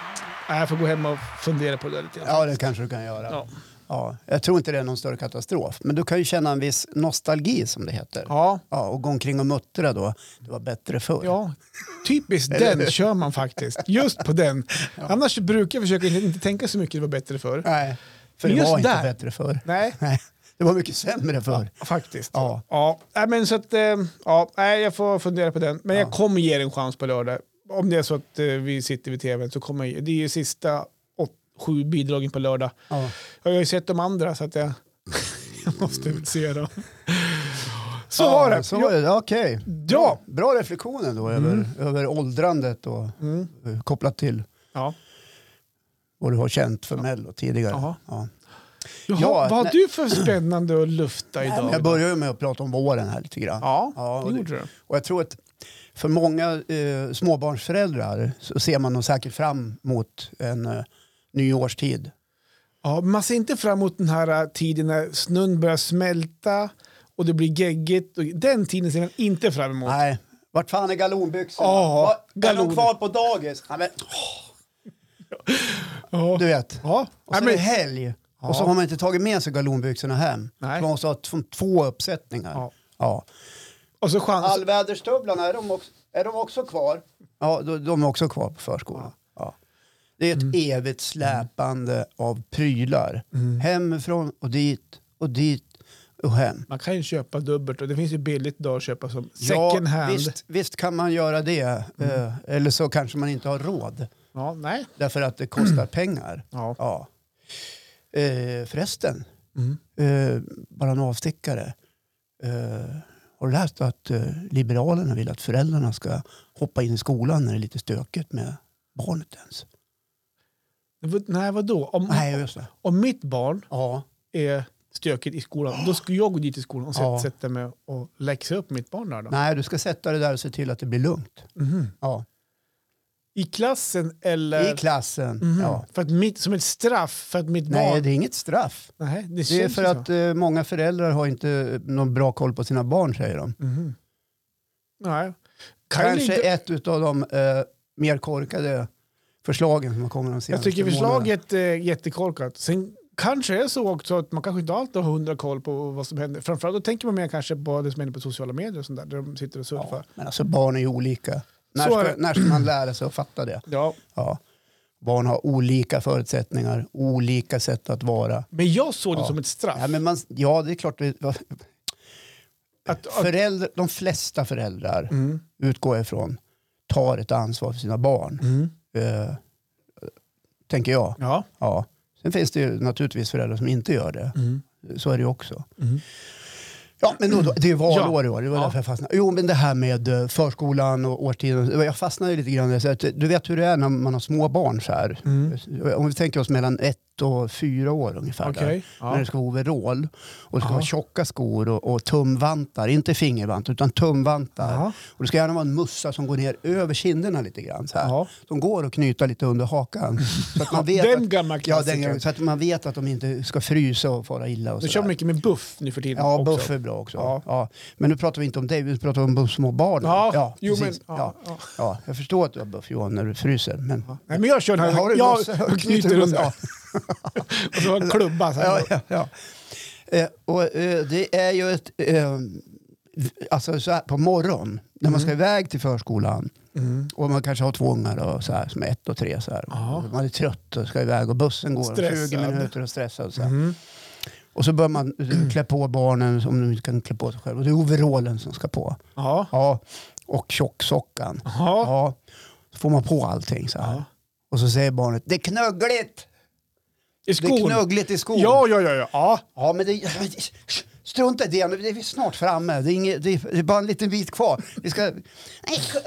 B: jag får gå hem och fundera på det där lite grann.
A: Ja, det kanske du kan göra. Ja.
B: Ja.
A: jag tror inte det är någon större katastrof, men du kan ju känna en viss nostalgi som det heter. Ja.
B: Ja,
A: och gå omkring och muttra då. Det var bättre förr.
B: ja. typiskt den kör man faktiskt. Just på den. Annars brukar jag försöka inte, inte tänka så mycket det var bättre förr.
A: Nej, för
B: Men
A: det
B: just
A: var inte
B: där-
A: bättre förr.
B: Nej,
A: Nej, det var mycket sämre förr.
B: faktiskt.
A: Ja.
B: Ja, nej, men så att, eh, ja, nej, jag får fundera på den. Men
A: Ja.
B: jag kommer ge er en chans på lördag. Om det är så att eh, vi sitter vid tvn så kommer jag, det är ju sista åt, sju bidragen på lördag.
A: Ja.
B: Jag har ju sett de andra så att jag, jag måste väl se dem. Så
A: Mm. Ja,
B: var det.
A: Så var det. Okej.
B: Ja.
A: Bra reflektioner då över, över åldrandet och
B: Mm.
A: eh, kopplat till
B: Ja.
A: vad du har känt för Mello tidigare.
B: Jaha.
A: Ja.
B: Jaha,
A: Ja,
B: vad har
A: nej.
B: du för spännande att lufta
A: Nej,
B: idag?
A: men jag börjar ju med att prata om våren här lite grann.
B: Ja,
A: Ja, och
B: det
A: det-
B: gjorde du.
A: Och jag tror att för många eh, småbarnsföräldrar så ser man nog säkert fram mot en eh, nyårstid.
B: Ja, man ser inte fram emot den här äh, tiden när snön börjar smälta och det blir geggigt. Och Den tiden ser man inte fram emot.
A: Nej, vart fan är galonbyxorna?
B: Ja,
A: Va- är de
B: galon.
A: kvar på dagis? Ja, men,
B: Ja.
A: du vet.
B: Ja.
A: Och så
B: Nej,
A: är det helg och så har man inte tagit med sig galonbyxorna hem.
B: Nej.
A: Så Man måste ha t- två uppsättningar.
B: Ja.
A: Ja.
B: och så chans.
A: Allväderstövlarna, är de också, är de också kvar? Ja, de, de är också kvar på förskolan. Ja. Mm. Det är ett evigt släpande av prylar. Hemifrån och dit och dit och hem.
B: Man kan ju köpa dubbelt och det finns ju billigt idag att köpa som
A: Ja,
B: second hand.
A: Visst, visst kan man göra det. eh, Eller så kanske man inte har råd
B: Ja, nej.
A: därför att det kostar pengar.
B: Ja.
A: Ja. Eh, förresten,
B: Mm.
A: eh, bara en avstickare. Eh, har du läst att eh, Liberalerna vill att föräldrarna ska hoppa in i skolan när det är lite stökigt med barnet ens?
B: Mm. Vad- Nej, vadå? Om,
A: Nej, just det.
B: om mitt barn
A: Ja,
B: är stökigt i skolan, då skulle jag gå dit i skolan och sätta,
A: Ja.
B: sätta mig och läxa upp mitt barn där då.
A: nej, du ska sätta det där och se till att det blir lugnt.
B: Mhm.
A: Ja.
B: I klassen
A: I
B: eller?
A: klassen.
B: Mhm.
A: Ja.
B: för att mitt, som ett straff för att mitt
A: Nej,
B: barn...
A: det är inget straff.
B: nej, det,
A: Det är
B: känns
A: för
B: ju
A: att
B: Så.
A: eh, många föräldrar har inte eh, någon bra koll på sina barn, säger de.
B: Mhm. Nej. Kan
A: Kanske
B: ligga,
A: ett av de eh, mer korkade förslagen som har kommit de
B: jag
A: senaste
B: tycker
A: månaderna.
B: förslaget är jättekorkat. Sen kanske är så också att man kanske inte alltid har hundra koll på vad som händer. Framförallt då tänker man mer kanske på det som händer på sociala medier och sånt där, där de sitter och surfar.
A: Ja, men alltså barn är ju olika. När
B: Så är
A: ska,
B: det.
A: när ska man lära sig att fatta det?
B: Ja.
A: Ja. Barn har olika förutsättningar, olika sätt att vara.
B: Men jag såg det
A: Ja.
B: som ett straff.
A: Ja, men man, ja det är klart. Det, va-
B: att, att,
A: föräldrar, de flesta föräldrar,
B: mm,
A: utgår jag ifrån, tar ett ansvar för sina barn.
B: mm,
A: Eh, tänker jag.
B: ja.
A: Ja. Sen finns det ju naturligtvis föräldrar som inte gör det.
B: Mm,
A: Så är det ju också.
B: mm.
A: Ja, men då, då, det är ju valår
B: Ja.
A: i år. Det var
B: Ja.
A: därför jag fastnade. Jo, men det här med eh, förskolan och årstiden. Jag fastnade ju lite grann. i det, Så att, eh, du vet hur det är när man har små barn så här.
B: Mm.
A: Om vi tänker oss mellan ett och fyra år ungefär. där.
B: Okej.
A: När
B: Ja.
A: det ska vara overall och det ska
B: Ja.
A: vara tjocka skor och, och tumvantar. Inte fingervant utan tumvantar.
B: Ja.
A: Och det ska gärna vara en mussa som går ner över kinderna lite grann. Så här.
B: Ja.
A: De går att knyta lite under hakan. Så att man vet
B: Den
A: att,
B: gamla
A: ja,
B: klassikern.
A: den, så att man vet att de inte ska frysa och fara illa. Och
B: Nu
A: så
B: kör
A: där.
B: mycket med buff nu för tiden.
A: Ja,
B: också.
A: buff är bra också. Ja.
B: Ja.
A: Men nu pratar vi inte om dig, vi pratar om de små barnen.
B: Ja, jo, men,
A: precis.
B: ja,
A: ja.
B: ja.
A: Ja, jag förstår att du har buff Johan när du fryser. Men...
B: Nej, men jag kör den här.
A: Har du
B: jag
A: buss?
B: jag knyter runt
A: Ja.
B: och så har jag klubba. Så
A: Ja,
B: här.
A: ja, ja. Eh, och, eh, det är ju ett, eh, alltså så här, på morgonen när man ska iväg till förskolan
B: Mm.
A: och man kanske har två ungar och så här, som är ett och tre. Så här.
B: Ja.
A: Man är trött och ska iväg och bussen går om 20
B: Stressad.
A: minuter och stressad. Så här.
B: Mm.
A: Och så bör man eh, klä på barnen om de inte kan klä på sig själva. Och Det är overallen som ska på.
B: Ja.
A: Ja. Och tjocksockan.
B: Ja.
A: Ja. Så får man på allting så här.
B: Ja.
A: Och så säger barnet, det är knöggligt!
B: I
A: Det är
B: skon.
A: knöggligt i skon.
B: Ja, ja, ja, ja. ja.
A: Ja, men det, strunta i det nu, det är vi snart framme. Det är, inget, det är det är bara en liten bit kvar. Vi ska, nej,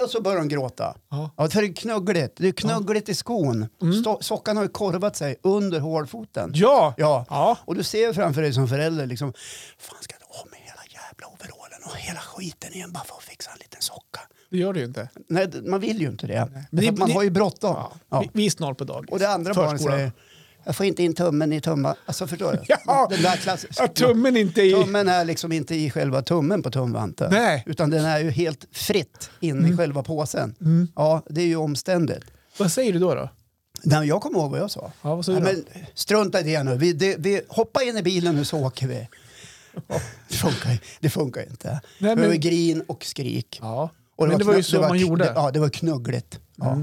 A: och så börjar de gråta.
B: Ja. Mm.
A: Ja, för det är knuggligt. Det är knuggligt i skon. Sto- sockan har ju korvat sig under hålfoten.
B: Ja.
A: Ja.
B: Ja.
A: Och du ser framför dig som förälder liksom, fan ska jag av med hela jävla overallen och hela skiten igen bara för att fixa en liten socka?
B: Det gör det ju inte.
A: Nej, d- man vill ju inte det.
B: Men
A: För
B: det-
A: att man
B: det-
A: har ju bråttom. Ja.
B: Vi, vi är snart på dagis.
A: Och det andra barnet säger, jag får inte in tummen i tumma. Alltså förstår du?
B: Ja.
A: Den där klass-
B: Att tummen inte är i...
A: Tummen är liksom inte i själva tummen på tumvanten.
B: Nej. Mm.
A: Utan den är ju helt fritt in i själva påsen. Ja, det är ju omständigt.
B: Vad säger du då? då?
A: Nej, men jag kommer ihåg vad jag sa.
B: Ja, vad säger
A: Nej,
B: du?
A: men, strunta i det nu. Vi, det, vi hoppa in i bilen nu så åker vi. Ja, Det funkar, ju- det funkar ju inte.
B: Nej,
A: Det var ju
B: men-
A: grin och skrik.
B: Ja.
A: Och
B: Men det var ju
A: knö-
B: så man
A: kn-
B: gjorde. Mm.
A: det- Ja, det var knuggligt. Ja.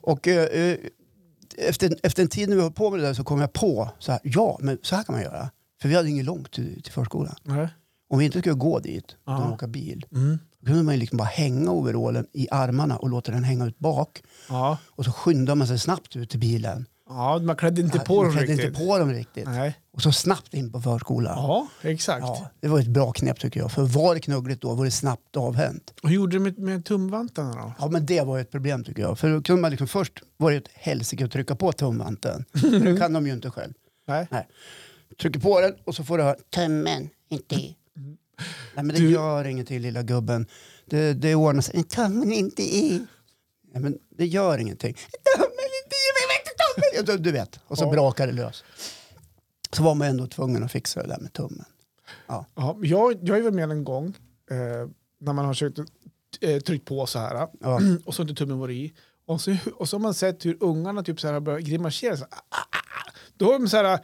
A: Och eh, eh, efter, efter en tid när vi höll på med det där så kom jag på så här, ja, men så här kan man göra. För vi hade inget långt till, till förskolan.
B: Nej.
A: Om vi inte skulle gå dit, utan
B: Ja.
A: åka bil,
B: Mm.
A: då kunde man ju liksom bara hänga overallen i armarna och låta den hänga ut bak.
B: Ja.
A: Och så skyndade man sig snabbt ut till bilen.
B: ja, man klädde inte
A: Ja,
B: på
A: man
B: dem
A: klädde
B: riktigt.
A: inte på dem riktigt.
B: Nej.
A: Och så snabbt in på förskolan.
B: Ja, exakt.
A: Ja, det var ett bra knep tycker jag. För var det knuggligt då var det snabbt avhänt.
B: Och hur gjorde du med, med tumvantarna då?
A: Ja, men det var ju ett problem tycker jag. För då kunde man liksom först var det ett helsike att trycka på tumvanten. För det kan de ju inte själv.
B: Nej.
A: Trycker på den och så får du höra tummen, inte i. Nej, men det
B: Du-
A: gör inget till lilla gubben. Det, det ordnar sig. Tummen inte i. Nej, men det gör ingenting. Tummen inte i, jag vet inte tummen. Du, du vet, och så
B: Ja.
A: brakar det lös. Så var man ändå tvungen att fixa det där med tummen.
B: Ja, jag, jag är väl med en gång eh, när man har försökt eh, tryckt på så här
A: Ja.
B: och så har inte tummen varit i. Och så, och så har man sett hur ungarna typ så här börjar grimasera. Så här, ah, ah, ah. Då har de så här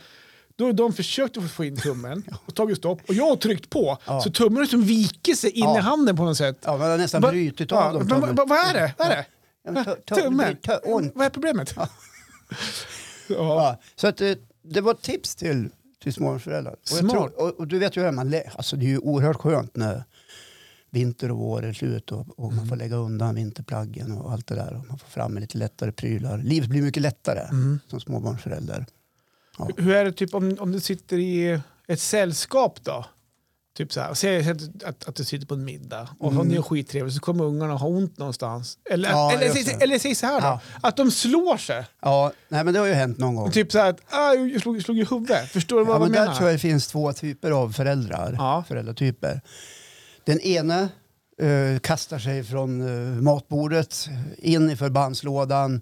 B: då har de försökt att få in tummen och tagit stopp och jag har tryckt på
A: Ja.
B: så tummen liksom viker sig in
A: Ja.
B: i handen på något sätt.
A: Ja, man har nästan
B: Va-
A: brutit
B: Ja,
A: av dem.
B: men,
A: tummen.
B: vad, vad är det? Vad är det?
A: Ja, men tu- tu-
B: Tummen?
A: tu- ont.
B: Vad är problemet? Ja.
A: Ja, så att, eh, det var ett tips till, till småbarnsföräldrar. Och, jag
B: Smart.
A: tror, och, och du vet ju hur det är, man lä- alltså, det är ju oerhört skönt när vinter och vår är slut och, och
B: Mm.
A: man får lägga undan vinterplaggen och allt det där. Och man får fram lite lättare prylar. Livet blir mycket lättare
B: Mm.
A: som småbarnsförälder.
B: Hur är det typ om, om du sitter i ett sällskap då? Typ så här, säg att, att, att du sitter på en middag och har ni är skittrevligt så kommer ungarna ha ont någonstans. Eller,
A: Mm. Ja,
B: eller,
A: just
B: säg,
A: det.
B: eller säg så här då,
A: Ja.
B: att de slår sig.
A: Ja, nej, men det har ju hänt någon gång.
B: Typ så här att ah, jag slog, slog i huvudet. Förstår du vad
A: Ja,
B: jag
A: men där
B: menar?
A: tror jag det finns två typer av föräldrar.
B: Ja.
A: Föräldratyper. Den ena eh, kastar sig från eh, matbordet in i förbandslådan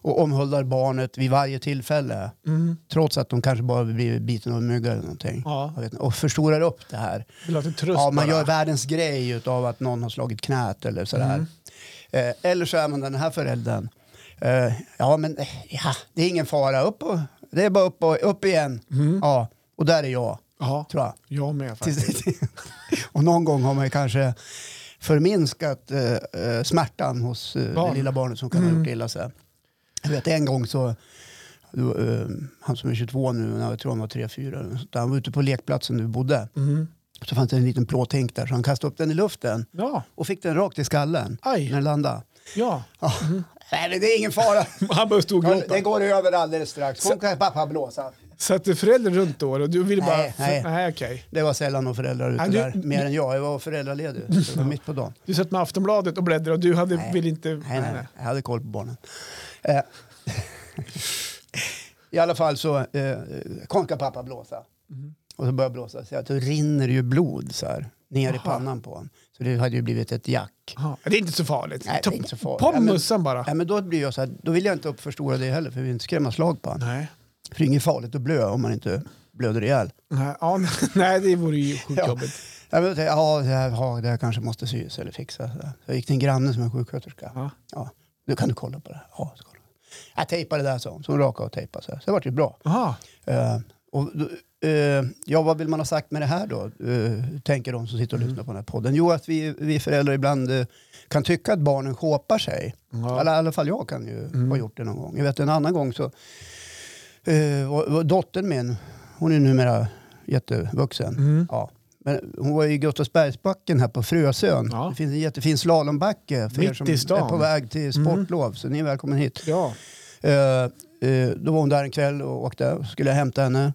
A: och omhuldar barnet vid varje tillfälle.
B: Mm.
A: Trots att de kanske bara blir biten av en mygga eller någonting.
B: Ja,
A: Jag vet inte. Och förstorar upp det här.
B: vill ha lite tröst
A: Ja, man
B: bara.
A: gör världens grej av att någon har slagit knät eller sådär. Eh, eller så är man den här föräldern. Eh, ja, men eh, ja, det är ingen fara. Upp och, det är bara upp, och, upp igen. Ja, och där är jag,
B: Ja,
A: tror jag.
B: jag med faktiskt.
A: Tills- och någon gång har man ju kanske förminskat eh, eh, smärtan hos eh, det
B: Barn. Mm.
A: lilla barnet som kan ha gjort illa sig. Jag vet en gång så, det var, eh, han som är 22 nu, när jag tror han var 3-4, eller något sånt där, han var ute på lekplatsen där vi bodde.
B: Mm.
A: Så fanns det en liten plåthink där så han kastade upp den i luften
B: Ja,
A: och fick den rakt i skallen
B: Aj.
A: när den landade.
B: ja.
A: Ja. Nej, men det är ingen fara.
B: Han bara stod och
A: Ja,
B: gråta.
A: Det går över alldeles strax. Kom kan pappa blåsa.
B: Satt det föräldrar runt då? Och du ville bara...
A: Nej, nej.
B: nej okej.
A: Det var sällan några föräldrar ute
B: Ja, du-
A: där, mer än jag. Jag var föräldraledig, så det var mitt på dagen.
B: Du satt med Aftonbladet och bläddrade och du hade,
A: Nej.
B: ville inte...
A: Nej, nej, nej. Jag hade koll på barnen. Eh, I alla fall så eh, kom ska pappa blåsa. Och så började jag blåsa. Så att då rinner det ju blod så här, ner i
B: Aha.
A: pannan på honom. Så det hade ju blivit ett jack.
B: Jaha, Det är inte så farligt.
A: Nej, det är inte så farligt.
B: På
A: Ja, men-
B: mössan bara.
A: Nej, men då, blir jag så här, då vill jag inte uppförstora det heller för vi vill inte skrämma slag på honom.
B: Nej.
A: För det är inget farligt att blöa om man inte blöder ihjäl.
B: Nej, ja, nej, det vore ju sjukt
A: Ja.
B: jobbigt.
A: Ja, men, jag tänkte, ja, det här, ja, det här kanske måste sys eller fixas. Så gick till en granne som är sjuksköterska.
B: Ja.
A: Ja, nu kan du kolla på det här. Ja, så kolla. Jag tejpade det där, sa hon. Så hon rakade och tejpade. Så, här. så det vart ju bra.
B: Aha.
A: Eh, Och, då, eh, ja, vad vill man ha sagt med det här då? Eh, tänker de som sitter
B: Mm.
A: och lyssnar på den här podden. Jo, att vi, vi föräldrar ibland eh, kan tycka att barnen shoppar sig.
B: Ja. Mm.
A: Eller, I alla fall jag kan ju ha gjort det någon gång. Jag vet en annan gång så eh, var, var dottern min, hon är numera jättevuxen.
B: Mm.
A: Ja. Men hon var i Gustavsbergsbacken här på Frösön.
B: Ja.
A: Det finns en jättefin slalombacke för
B: Mitt
A: er som
B: i stan. Mm.
A: är på väg till sportlov. Så ni är välkomna hit.
B: Ja.
A: Eh, eh, då var hon där en kväll och åkte. Så skulle jag hämta henne.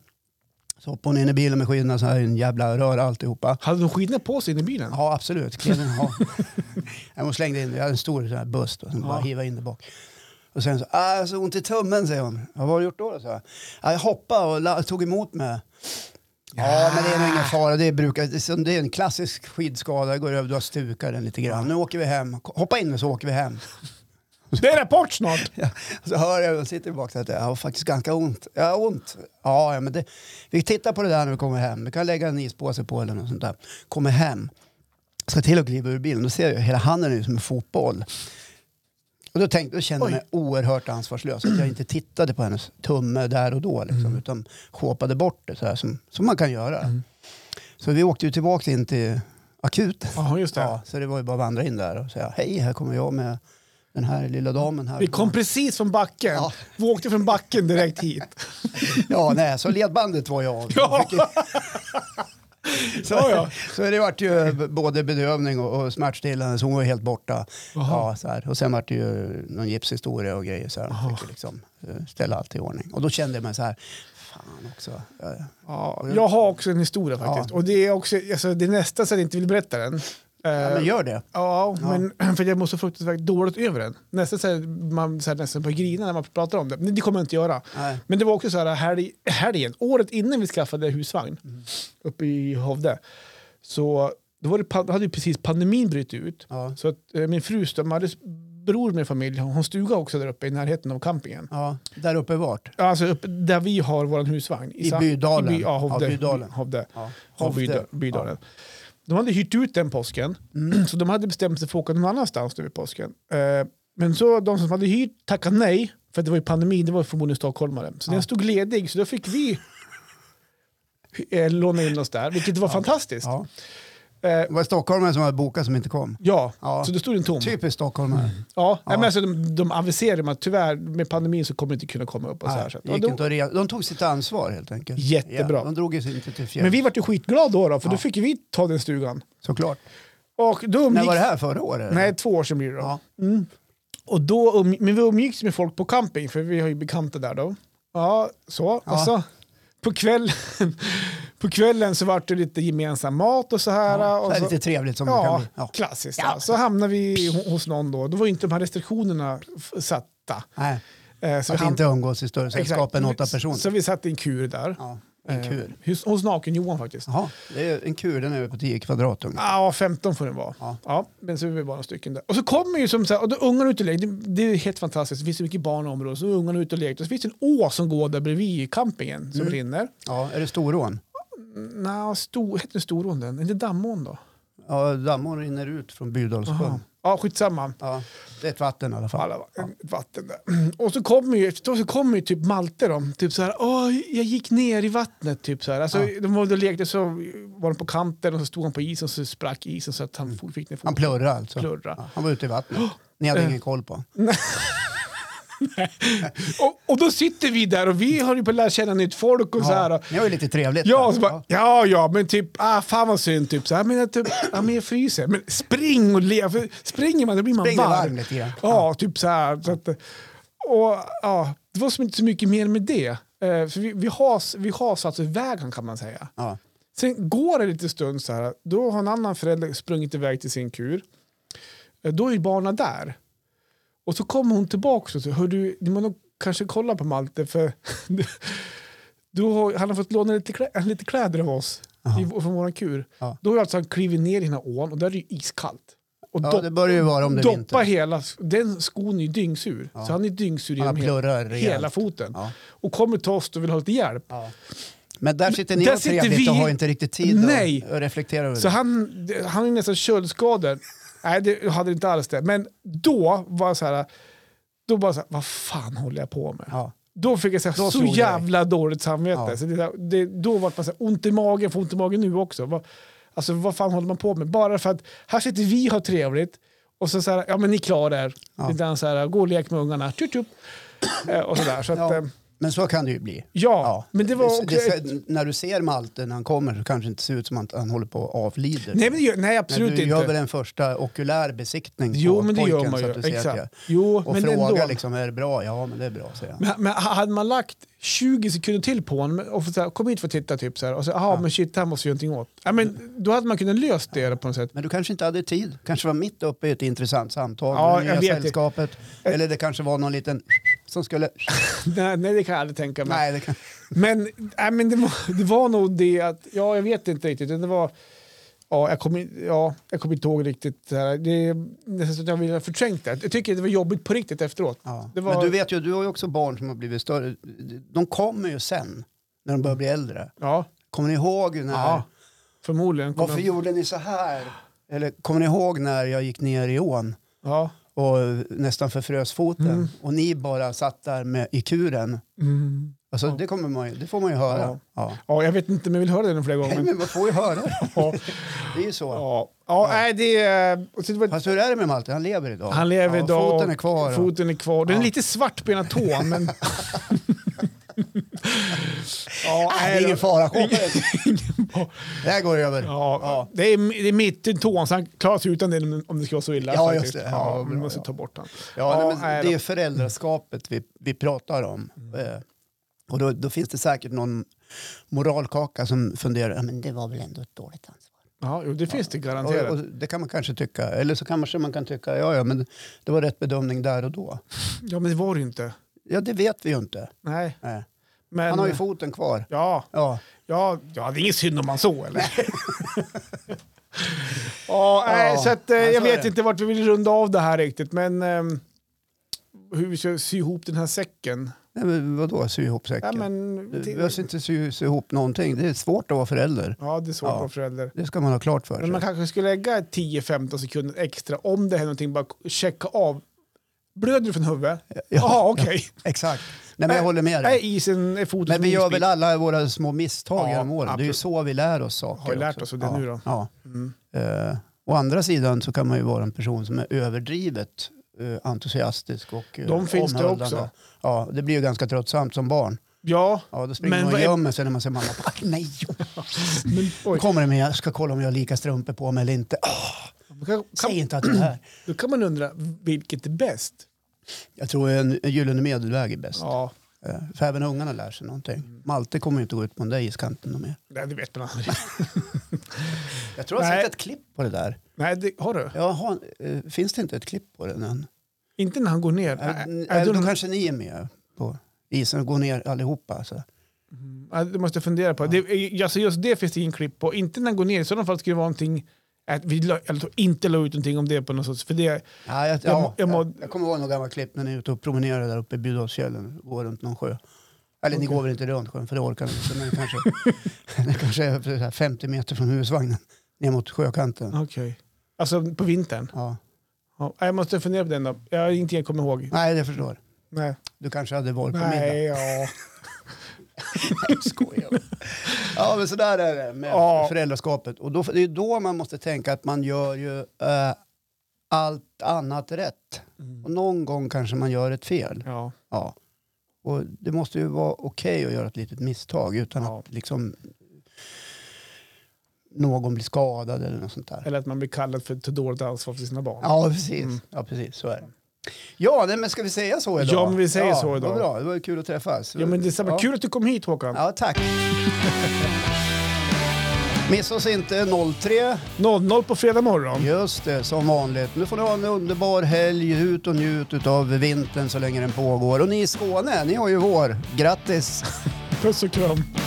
A: Så hoppade hon in i bilen med skidorna så här i en jävla röra alltihopa.
B: Hade de skidorna på sig in i bilen?
A: Ja, absolut. Kleden, ja. Nej, Hon slängde in det. Jag hade en stor sån här buss. Då, som bara hivade in det bak. Och sen så, ah, jag har så ont i tummen, säger hon. Ja, vad har du gjort då? då? Så jag. Ah, jag hoppade och la- tog emot mig. Ja, men det är nog ingen fara. Det, brukar, det, är som- det är en klassisk skidskada. Det går över, du har stukat den lite grann. Nu åker vi hem. Hoppa in och så åker vi hem.
B: Det är rapport snart!
A: Ja, så hör jag, jag sitter i baksätet, jag har faktiskt ganska ont. Jag har ont. Ja, ja, men det, vi tittar på det där när vi kommer hem. Vi kan lägga en ispåse på eller något sånt där. Kommer hem, ska till och kliva ur bilen, då ser jag hela handen är ju som en fotboll. Och då, tänkte, då kände jag mig oerhört ansvarslös att jag inte tittade på hennes tumme där och då. Liksom,
B: Mm.
A: Utan shoppade bort det så här, som, som man kan göra. Så vi åkte ju tillbaka in till akuten.
B: Ja, just det.
A: Ja, så det var ju bara att vandra in där och säga hej, här kommer jag med den här lilla damen här.
B: Vi kom precis från backen.
A: Ja.
B: Vi åkte från backen direkt hit.
A: Ja, nej, så ledbandet var jag av.
B: Ja.
A: Så,
B: Ja, ja.
A: så det vart ju både bedövning och, och smärtstillande, så hon var helt borta.
B: Jaha.
A: Ja, så här. Och sen vart det ju någon gipshistoria och grejer. Så här. Hon fick ju liksom eh, ställa allt i ordning. Och då kände jag mig så här, fan också. Eh,
B: Ja, jag har också en historia faktiskt. Och det är, också, alltså, det är nästan så att jag inte vill berätta den.
A: Ja,
B: Eh.
A: men gör det.
B: Ja, men för jag mår så fruktansvärt dåligt över den. Nästan så här, man så här, nästan på grina när man pratar om det. Men det kommer jag inte göra.
A: Nej.
B: Men det var också så här helg, helgen, året innan vi skaffade husvagn
A: Mm.
B: uppe i Hovde. Så då var det, pan- hade ju precis pandemin brutit ut.
A: Ja.
B: Så att eh, min frus, de hade s- bror med familj, har en stuga också där uppe i närheten av campingen.
A: Ja, där uppe vart?
B: Ja, Alltså uppe där vi har vår husvagn.
A: I
B: Sa-
A: Bydalen.
B: I by, ja, Hovde.
A: Ja, Bydalen.
B: Hovde.
A: Ja.
B: Hovde.
A: Hovde.
B: Bydalen. De hade hyrt ut den påsken,
A: Mm.
B: så de hade bestämt sig för att åka någon annanstans nu i påsken. Eh, Men så de som hade hyrt tackade nej, för det var ju pandemi, det var förmodligen stockholmare. Så den stod ledig, så då fick vi eh, låna in oss där, vilket var fantastiskt.
A: Ja.
B: Eh, Mm.
A: Det var stockholmare som hade bokat som inte kom.
B: Ja,
A: Ja. Typ.
B: så då stod den tom.
A: Typiskt stockholmare.
B: Ja, nej, Men alltså, de, de aviserade att tyvärr, med pandemin så kommer det inte kunna komma upp. Och så här, så att,
A: det
B: och
A: Ah, gick
B: då,
A: inte att re- de tog sitt ansvar helt enkelt.
B: Jättebra.
A: Ja, de drog sig inte till fjällen.
B: men vi var ju skitglada då, då för då fick ju vi ta den stugan.
A: Såklart.
B: Och då
A: När
B: umgicks...
A: var det här? Förra året? eller?
B: Nej, två år sedan blir det då. Mm.
A: Ja.
B: Och då um... Men vi umgicks med folk på camping, för vi har ju bekanta där då. Ja, så. Och så på kvällen, på kvällen så vart det lite gemensam mat och så här.
A: Ja,
B: och
A: så här
B: så...
A: lite trevligt som det kan
B: Ja,
A: bli. Ja.
B: klassiskt. Ja. Så hamnade vi ho- hos någon då. Då var ju inte de här restriktionerna f- satta.
A: Nej,
B: Eh, Så
A: att
B: ham-
A: inte umgås i större sällskap
B: Exakt.
A: än åtta personer.
B: Så vi satt i en kur där.
A: ja, en
B: Eh,
A: kur.
B: Hos, hos Naken-Johan faktiskt.
A: Jaha, det är en kur, den är på 10 kvadrat ungefär.
B: Ja, 15 får den vara.
A: Ja.
B: Ja. men så är vi bara några stycken där. Och så kommer ju som så här, och då är ungarna ute och leker. Det, det är helt fantastiskt. Det finns så mycket barn i området. Så är ungarna ute och leker. Och så finns det en å som går där bredvid campingen som
A: Mm.
B: rinner.
A: Ja, är det Storån?
B: Nå, stor, heter den Storån den? Är det Dammån då?
A: Ja, dammen rinner ut från Bydalssjön.
B: Ja, skitsamma.
A: Ja, det är ett vatten i alla fall.
B: Alla va- vatten där. Och så kommer ju, efteråt så kommer ju typ Malte då. Typ så här, Åh, jag gick ner i vattnet. Typ så här. Alltså, De var ute och lekte så var de på kanten och så stod han på isen och så sprack isen så att han fo- fick ner
A: Mm. Han
B: foten.
A: plurrade alltså?
B: Plurra.
A: Ja, han var ute i vattnet.
B: Ah.
A: Ni
B: Eh.
A: hade ingen koll på honom.
B: Och, och då sitter vi där och vi har ju på att lära känna nytt folk och så här.
A: Ja,
B: Och,
A: det var ju lite trevligt.
B: ja, och
A: där.
B: så bara, ja, ja, men typ, ah, fan vad synd, typ så här, men jag, typ, ja, men jag fryser. Men spring och le, för springer man då blir man
A: Spring och
B: varm.
A: varm lite grann.
B: Ja, typ så här. Så att, och, ja, det var som inte så mycket mer med det. Eh, för vi, vi har, vi har satt oss i vägen kan man säga.
A: ja.
B: Sen går det lite stund så här, då har en annan förälder sprungit iväg till sin kur. Eh, Då är barnen där. Och så kommer hon tillbaka och så hör du, ni må nog kanske kolla på Malte för du, du har, han har fått låna lite, klä, lite kläder av oss i, vår- från vår kur.
A: Ja.
B: Då har alltså han klivit ner i den här ån och där är det ju iskallt. Och
A: ja,
B: dopp-
A: det börjar ju vara om det är
B: doppa
A: vinter.
B: hela, den skon är ju dyngsur. Så han är dyngsur
A: Han
B: genom hela,
A: plurrar rejält.
B: hela foten.
A: Ja.
B: Och kommer till oss och vill ha lite hjälp.
A: Men där sitter ni
B: Där
A: och
B: sitter
A: trevligt och
B: vi-
A: har inte riktigt tid
B: Nej.
A: att att reflektera över
B: Så
A: det.
B: han, han är nästan köldskadad. Nej, det jag hade inte alls det. Men då var jag så här, då bara så här, vad fan håller jag på med?
A: Ja.
B: Då fick jag så, här,
A: Då
B: så
A: slog det dig.
B: jävla dåligt samvete.
A: Ja.
B: Så det, där- det, då var man så här, ont i magen, får ont i magen nu också. Vad, alltså vad fan håller man på med? Bara för att här sitter vi och har trevligt och så, så här, ja men ni klarar er.
A: Ja.
B: Utan så här, gå och lek med ungarna, tjup, tjup. Eh, och sådär. Så att,
A: Ja,
B: eh,
A: men så kan det ju bli.
B: ja.
A: Ja.
B: men det var också...
A: det, ser- när du ser Malte när han kommer så kanske det inte ser ut som att han håller på att avlider.
B: nej, men det gör, nej,
A: Men
B: absolut
A: du gör
B: inte.
A: väl en första okulär besiktning
B: Jo,
A: på
B: men det
A: pojken
B: gör man
A: så
B: ju.
A: att du ser att jag,
B: Exakt. Jo,
A: och
B: men
A: frågar
B: ändå.
A: liksom, är det bra? Ja, men det är bra, säger han.
B: Men, men hade man lagt 20 sekunder till på honom och fått så här, kom hit för att titta typ så här, och så aha, men shit, det här måste vi göra någonting åt. Ja, men, då hade man kunnat löst det på något sätt.
A: Men du kanske inte hade tid. kanske var mitt uppe i ett intressant samtal
B: Ja,
A: med det
B: jag
A: nya
B: vet det.
A: sällskapet. Eller det kanske var någon liten som skulle...
B: nej, nej, det kan jag aldrig tänka mig.
A: Nej, det kan...
B: Men, nej, men det, var, det var nog det att, ja, jag vet inte riktigt. utan Det var, ja, jag kommer ja, jag kommer inte ihåg riktigt. Det, här. det är nästan så att jag ville ha förträngt det. Jag tycker det var jobbigt på riktigt efteråt.
A: Ja.
B: Det var-
A: Men du vet ju, du har ju också barn som har blivit större. De kommer ju sen, när de börjar bli äldre.
B: Ja,
A: Kommer ni ihåg när...
B: ja förmodligen. kommer-
A: Varför gjorde ni så här? Eller kommer ni ihåg när jag gick ner i ån
B: Ja.
A: och nästan förfrös foten
B: Mm.
A: och ni bara satt där med, i kuren?
B: Mm.
A: Alltså,
B: Ja.
A: det, kommer man, ju- det får man ju höra.
B: Ja.
A: Ja.
B: ja, jag vet inte men jag vill höra det någon fler
A: Nej,
B: gånger.
A: men man får ju höra det.
B: Ja.
A: Det är ju så.
B: Ja, ja, Nej, det är... och så det var-
A: Fast hur är det med Malte? Han lever idag.
B: Han lever
A: Ja,
B: idag.
A: Foten är kvar. och-
B: Foten är kvar. Den är
A: Ja.
B: lite svart på ena tån, men... ja,
A: Nej,
B: nej
A: det
B: då.
A: är ingen fara. Kom igen. det här går över.
B: Ja,
A: Ja.
B: Det, är, det är mitt i tån, så han klarar sig utan den om- om det ska vara så illa.
A: Ja,
B: faktiskt.
A: just det. Ja,
B: Ja, vi
A: bra,
B: måste
A: ja.
B: ta bort den.
A: Ja, nej, men
B: nej
A: det
B: då. Mm.
A: är föräldraskapet vi, vi pratar om. Eh, Och då, då finns det säkert någon moralkaka som funderar, "Ja, men det var väl ändå ett dåligt ansvar.
B: Ja, jo, det finns det
A: Och, och
B: garanterat.
A: det kan man kanske tycka, eller så kanske man kan tycka, ja ja men det var rätt bedömning där och då.
B: Ja, men det var det ju inte.
A: Ja det vet vi ju inte.
B: Nej,
A: Nej.
B: men...
A: Han har ju foten kvar.
B: Ja,
A: Ja.
B: ja, ja, det är ingen synd om man så, eller? ja, nej,
A: Ja,
B: så att, eh,
A: men
B: jag
A: så är
B: vet
A: det.
B: inte vart vi vill runda av det här riktigt, men ehm, hur vi ska sy ihop den här säcken.
A: Nej, men vadå sy ihop
B: Ja,
A: säcken?
B: men,
A: Du- Vi
B: det,
A: har inte sy, sy ihop någonting, det är svårt att vara förälder.
B: ja, det är svårt
A: Ja.
B: att vara förälder.
A: Det ska man ha klart för
B: Men man
A: sig.
B: kanske skulle lägga 10-15 sekunder extra om det händer någonting, bara checka av. Blöder du från huvudet? Jaha, okej.
A: Exakt. Nej men jag
B: Äh,
A: håller med dig.
B: Är isen, är foten
A: Men
B: som
A: vi gör
B: isbit?
A: väl alla våra små misstag
B: Ja,
A: genom åren. Det är ju
B: absolut.
A: så vi lär oss saker.
B: Har ju lärt
A: också.
B: oss av det
A: ja,
B: nu då.
A: Ja.
B: Mm.
A: Eh, å andra sidan så kan man ju vara en person som är överdrivet eh, entusiastisk och eh,
B: De finns det
A: omhuldande.
B: också.
A: Ja, det blir ju ganska tröttsamt som barn.
B: Ja,
A: Ja, då springer
B: Men
A: man och
B: vad är-
A: gömmer sig när man ser mamma. Aj, nej,
B: men oj.
A: kommer det med. Jag ska kolla om jag har lika strumpor på mig eller inte. Ah,
B: Då Kan,
A: säg
B: kan,
A: inte att det är här.
B: då kan man undra, vilket är bäst?
A: Jag tror en en gyllene medelväg är bäst.
B: Ja,
A: Eh, för även ungarna lär sig någonting. Malte kommer ju inte gå ut på den där iskanten någon mer.
B: nej, det vet man aldrig.
A: Jag tror jag har
B: Nej.
A: sett ett klipp på det där.
B: nej, det, har du?
A: Jaha, eh, finns det inte ett klipp på den än?
B: Inte när han går ner.
A: Äh,
B: Nej,
A: äh,
B: nej,
A: då
B: då-
A: kanske ni är med på isen och går ner allihopa. Så.
B: Ja, det måste jag fundera på. Det, alltså just det finns det ingen klipp på. Inte när han går ner. I sådana fall skulle det vara någonting... Att vi la, jag tror inte la ut någonting om det på något sätt. För det,
A: Ja, jag,
B: Jag
A: ja,
B: må- jag må-
A: jag, jag kommer ihåg några gamla klipp när ni är ute och promenerar där uppe i Bjudåsfjällen. Går runt någon sjö. Eller ni
B: Okej.
A: går väl inte runt sjön för det orkar ni inte. Men ni kanske, ni kanske är så här 50 meter från husvagnen ner mot sjökanten.
B: Okej. Alltså på vintern?
A: Ja.
B: Ja, jag måste fundera på den då. Jag har inte jag kommer ihåg.
A: Nej, jag förstår.
B: Nej.
A: Du kanske hade varit på middag.
B: Nej, ja.
A: Jag skojar. Ja, men sådär är det med
B: Ja.
A: föräldraskapet. Och då, det är då man måste tänka att man gör ju eh, allt annat rätt.
B: Mm.
A: Och någon gång kanske man gör ett fel.
B: ja.
A: Ja. Och det måste ju vara okej att göra ett litet misstag utan
B: Ja.
A: att liksom någon blir skadad eller något sånt där.
B: Eller att man blir kallad för ett dåligt ansvar för sina barn.
A: Ja, precis.
B: Mm.
A: Ja, precis. Så är det. Ja, nej, men ska vi säga så idag?
B: Ja, men vi säger
A: ja,
B: så idag.
A: Vad bra. Det var ju kul att träffas.
B: Ja, men det är samma.
A: Ja.
B: Kul att du kom hit Håkan.
A: Ja, tack. Missa oss inte 03.
B: 00 på fredag morgon.
A: Just det, som vanligt. Nu får ni ha en underbar helg. Ut och njut av vintern så länge den pågår. Och ni i Skåne, ni har ju vår. Grattis!
B: Puss och kram.